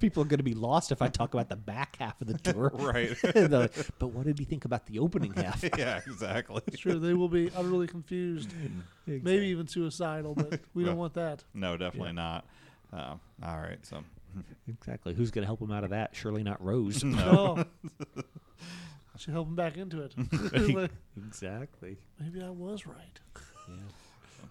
[SPEAKER 2] People are going to be lost if I talk about the back half of the tour.
[SPEAKER 1] right.
[SPEAKER 2] They're like, but what did we think about the opening half?
[SPEAKER 1] yeah, exactly.
[SPEAKER 3] It's true. They will be utterly confused, maybe even suicidal, but we don't
[SPEAKER 1] Well.
[SPEAKER 3] want that.
[SPEAKER 1] No, definitely not. Um, all right, so
[SPEAKER 2] Exactly. Who's going to help him out of that? Surely not Rose.
[SPEAKER 3] No. Should help him back into it. Like,
[SPEAKER 1] Mm-hmm.
[SPEAKER 2] exactly.
[SPEAKER 3] maybe I was right.
[SPEAKER 1] Uh,
[SPEAKER 2] Yeah.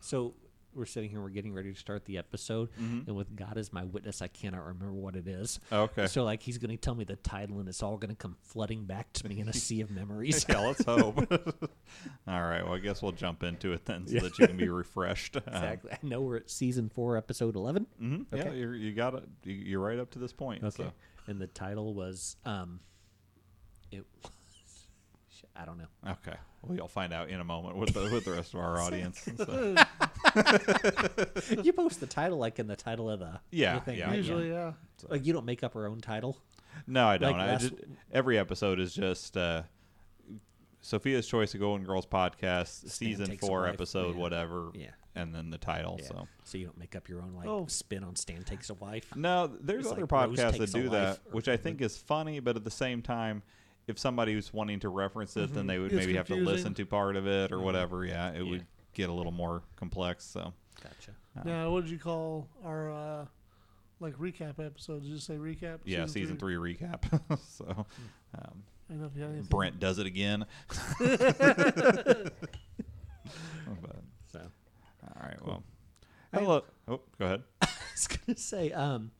[SPEAKER 2] So we're sitting here, we're getting ready to start the episode,
[SPEAKER 1] Mm-hmm.
[SPEAKER 2] and with God as my witness, I cannot remember what it is.
[SPEAKER 1] Oh, okay.
[SPEAKER 2] So like he's going to tell me the title, and it's all going to come flooding back to me in a sea of memories.
[SPEAKER 1] yeah, let's hope. all right, well, I guess we'll jump into it then, so that you can be refreshed. Um,
[SPEAKER 2] exactly. I know we're at season four, episode 11
[SPEAKER 1] mhm, Yeah,
[SPEAKER 2] Okay.
[SPEAKER 1] you're, you got it. You- You're right up to this point.
[SPEAKER 2] Okay.
[SPEAKER 1] So.
[SPEAKER 2] And the title was, um, it. Was, I don't know.
[SPEAKER 1] Okay. Well, you'll find out in a moment with the with the rest of our audience. So,
[SPEAKER 2] you post the title like in the title of the
[SPEAKER 1] Yeah,
[SPEAKER 2] the thing,
[SPEAKER 1] yeah,
[SPEAKER 2] right?
[SPEAKER 3] Usually, yeah.
[SPEAKER 2] like you don't make up our own title
[SPEAKER 1] no, I don't. I
[SPEAKER 2] last-
[SPEAKER 1] just, every episode is just uh, Sophia's choice of Golden Girls podcast, season
[SPEAKER 2] Takes a
[SPEAKER 1] four,
[SPEAKER 2] Wife,
[SPEAKER 1] episode,
[SPEAKER 2] yeah.
[SPEAKER 1] whatever.
[SPEAKER 2] Yeah.
[SPEAKER 1] And then the title.
[SPEAKER 2] yeah.
[SPEAKER 1] So.
[SPEAKER 2] so you don't make up your own like
[SPEAKER 3] Oh.
[SPEAKER 2] spin on stan takes a wife
[SPEAKER 1] No, there's
[SPEAKER 2] It's
[SPEAKER 1] other
[SPEAKER 2] like Rose
[SPEAKER 1] podcasts that
[SPEAKER 2] Takes a
[SPEAKER 1] do that,
[SPEAKER 2] Life or
[SPEAKER 1] which I think is funny, but at the same time, if somebody was wanting to reference it,
[SPEAKER 2] Mm-hmm.
[SPEAKER 1] then they would
[SPEAKER 3] It's
[SPEAKER 1] maybe have to
[SPEAKER 3] confusing.
[SPEAKER 1] listen to part of it or whatever. Yeah, it would get a little more complex. So
[SPEAKER 2] gotcha
[SPEAKER 1] Uh,
[SPEAKER 3] Now, what did you call our uh, like recap episode? Did you say recap?
[SPEAKER 1] yeah, season three, recap. so
[SPEAKER 2] Hmm.
[SPEAKER 1] um,
[SPEAKER 3] I don't know if you had anything.
[SPEAKER 1] Brent does it again. but,
[SPEAKER 2] so
[SPEAKER 1] all right, well, hello. Oh, go ahead.
[SPEAKER 2] i was gonna say um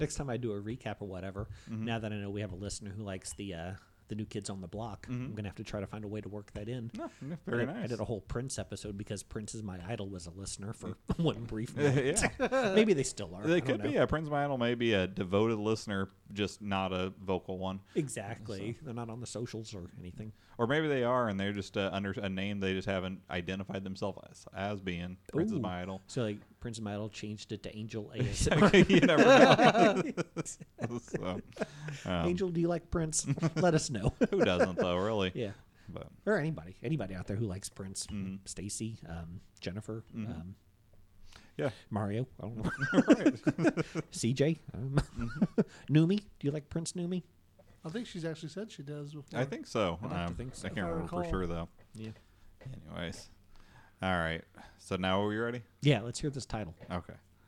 [SPEAKER 2] next time i do a recap or whatever
[SPEAKER 1] Mm-hmm.
[SPEAKER 2] now that i know we have a listener who likes the uh the new kids on the block
[SPEAKER 1] Mm-hmm.
[SPEAKER 2] i'm gonna have to try to find a way to work that in
[SPEAKER 1] No, very
[SPEAKER 2] I, I
[SPEAKER 1] nice.
[SPEAKER 2] did a whole Prince episode because Prince is my idol was a listener for one brief moment.
[SPEAKER 1] yeah.
[SPEAKER 2] Maybe they still are. I
[SPEAKER 1] They
[SPEAKER 2] don't
[SPEAKER 1] could
[SPEAKER 2] know.
[SPEAKER 1] be. Yeah, Prince My Idol may be a devoted listener, just not a vocal one.
[SPEAKER 2] Exactly. They're not on the socials or anything.
[SPEAKER 1] Or maybe they are, and they're just uh, under a name they just haven't identified themselves as, as being. Prince is
[SPEAKER 2] Ooh.
[SPEAKER 1] my idol.
[SPEAKER 2] So like Prince of my idol changed it to Angel ASMR.
[SPEAKER 1] you never know. so, um,
[SPEAKER 2] Angel, do you like Prince? Let us know.
[SPEAKER 1] who doesn't though, really?
[SPEAKER 2] Yeah.
[SPEAKER 1] But
[SPEAKER 2] Or anybody, anybody out there who likes Prince,
[SPEAKER 1] Mm-hmm.
[SPEAKER 2] Stacy, um, Jennifer, um,
[SPEAKER 1] yeah,
[SPEAKER 2] Mario, I don't know,
[SPEAKER 1] Mm-hmm.
[SPEAKER 2] CJ, um, Numi. Do you like Prince Numi?
[SPEAKER 3] I think she's actually said she does before.
[SPEAKER 1] I think so.
[SPEAKER 2] I'd like to
[SPEAKER 1] Um,
[SPEAKER 2] think so.
[SPEAKER 1] I
[SPEAKER 3] If I
[SPEAKER 1] can't remember for
[SPEAKER 3] recall.
[SPEAKER 1] sure though.
[SPEAKER 2] Yeah.
[SPEAKER 1] Anyways, all right. So now are we ready?
[SPEAKER 2] Yeah, let's hear this title.
[SPEAKER 1] Okay.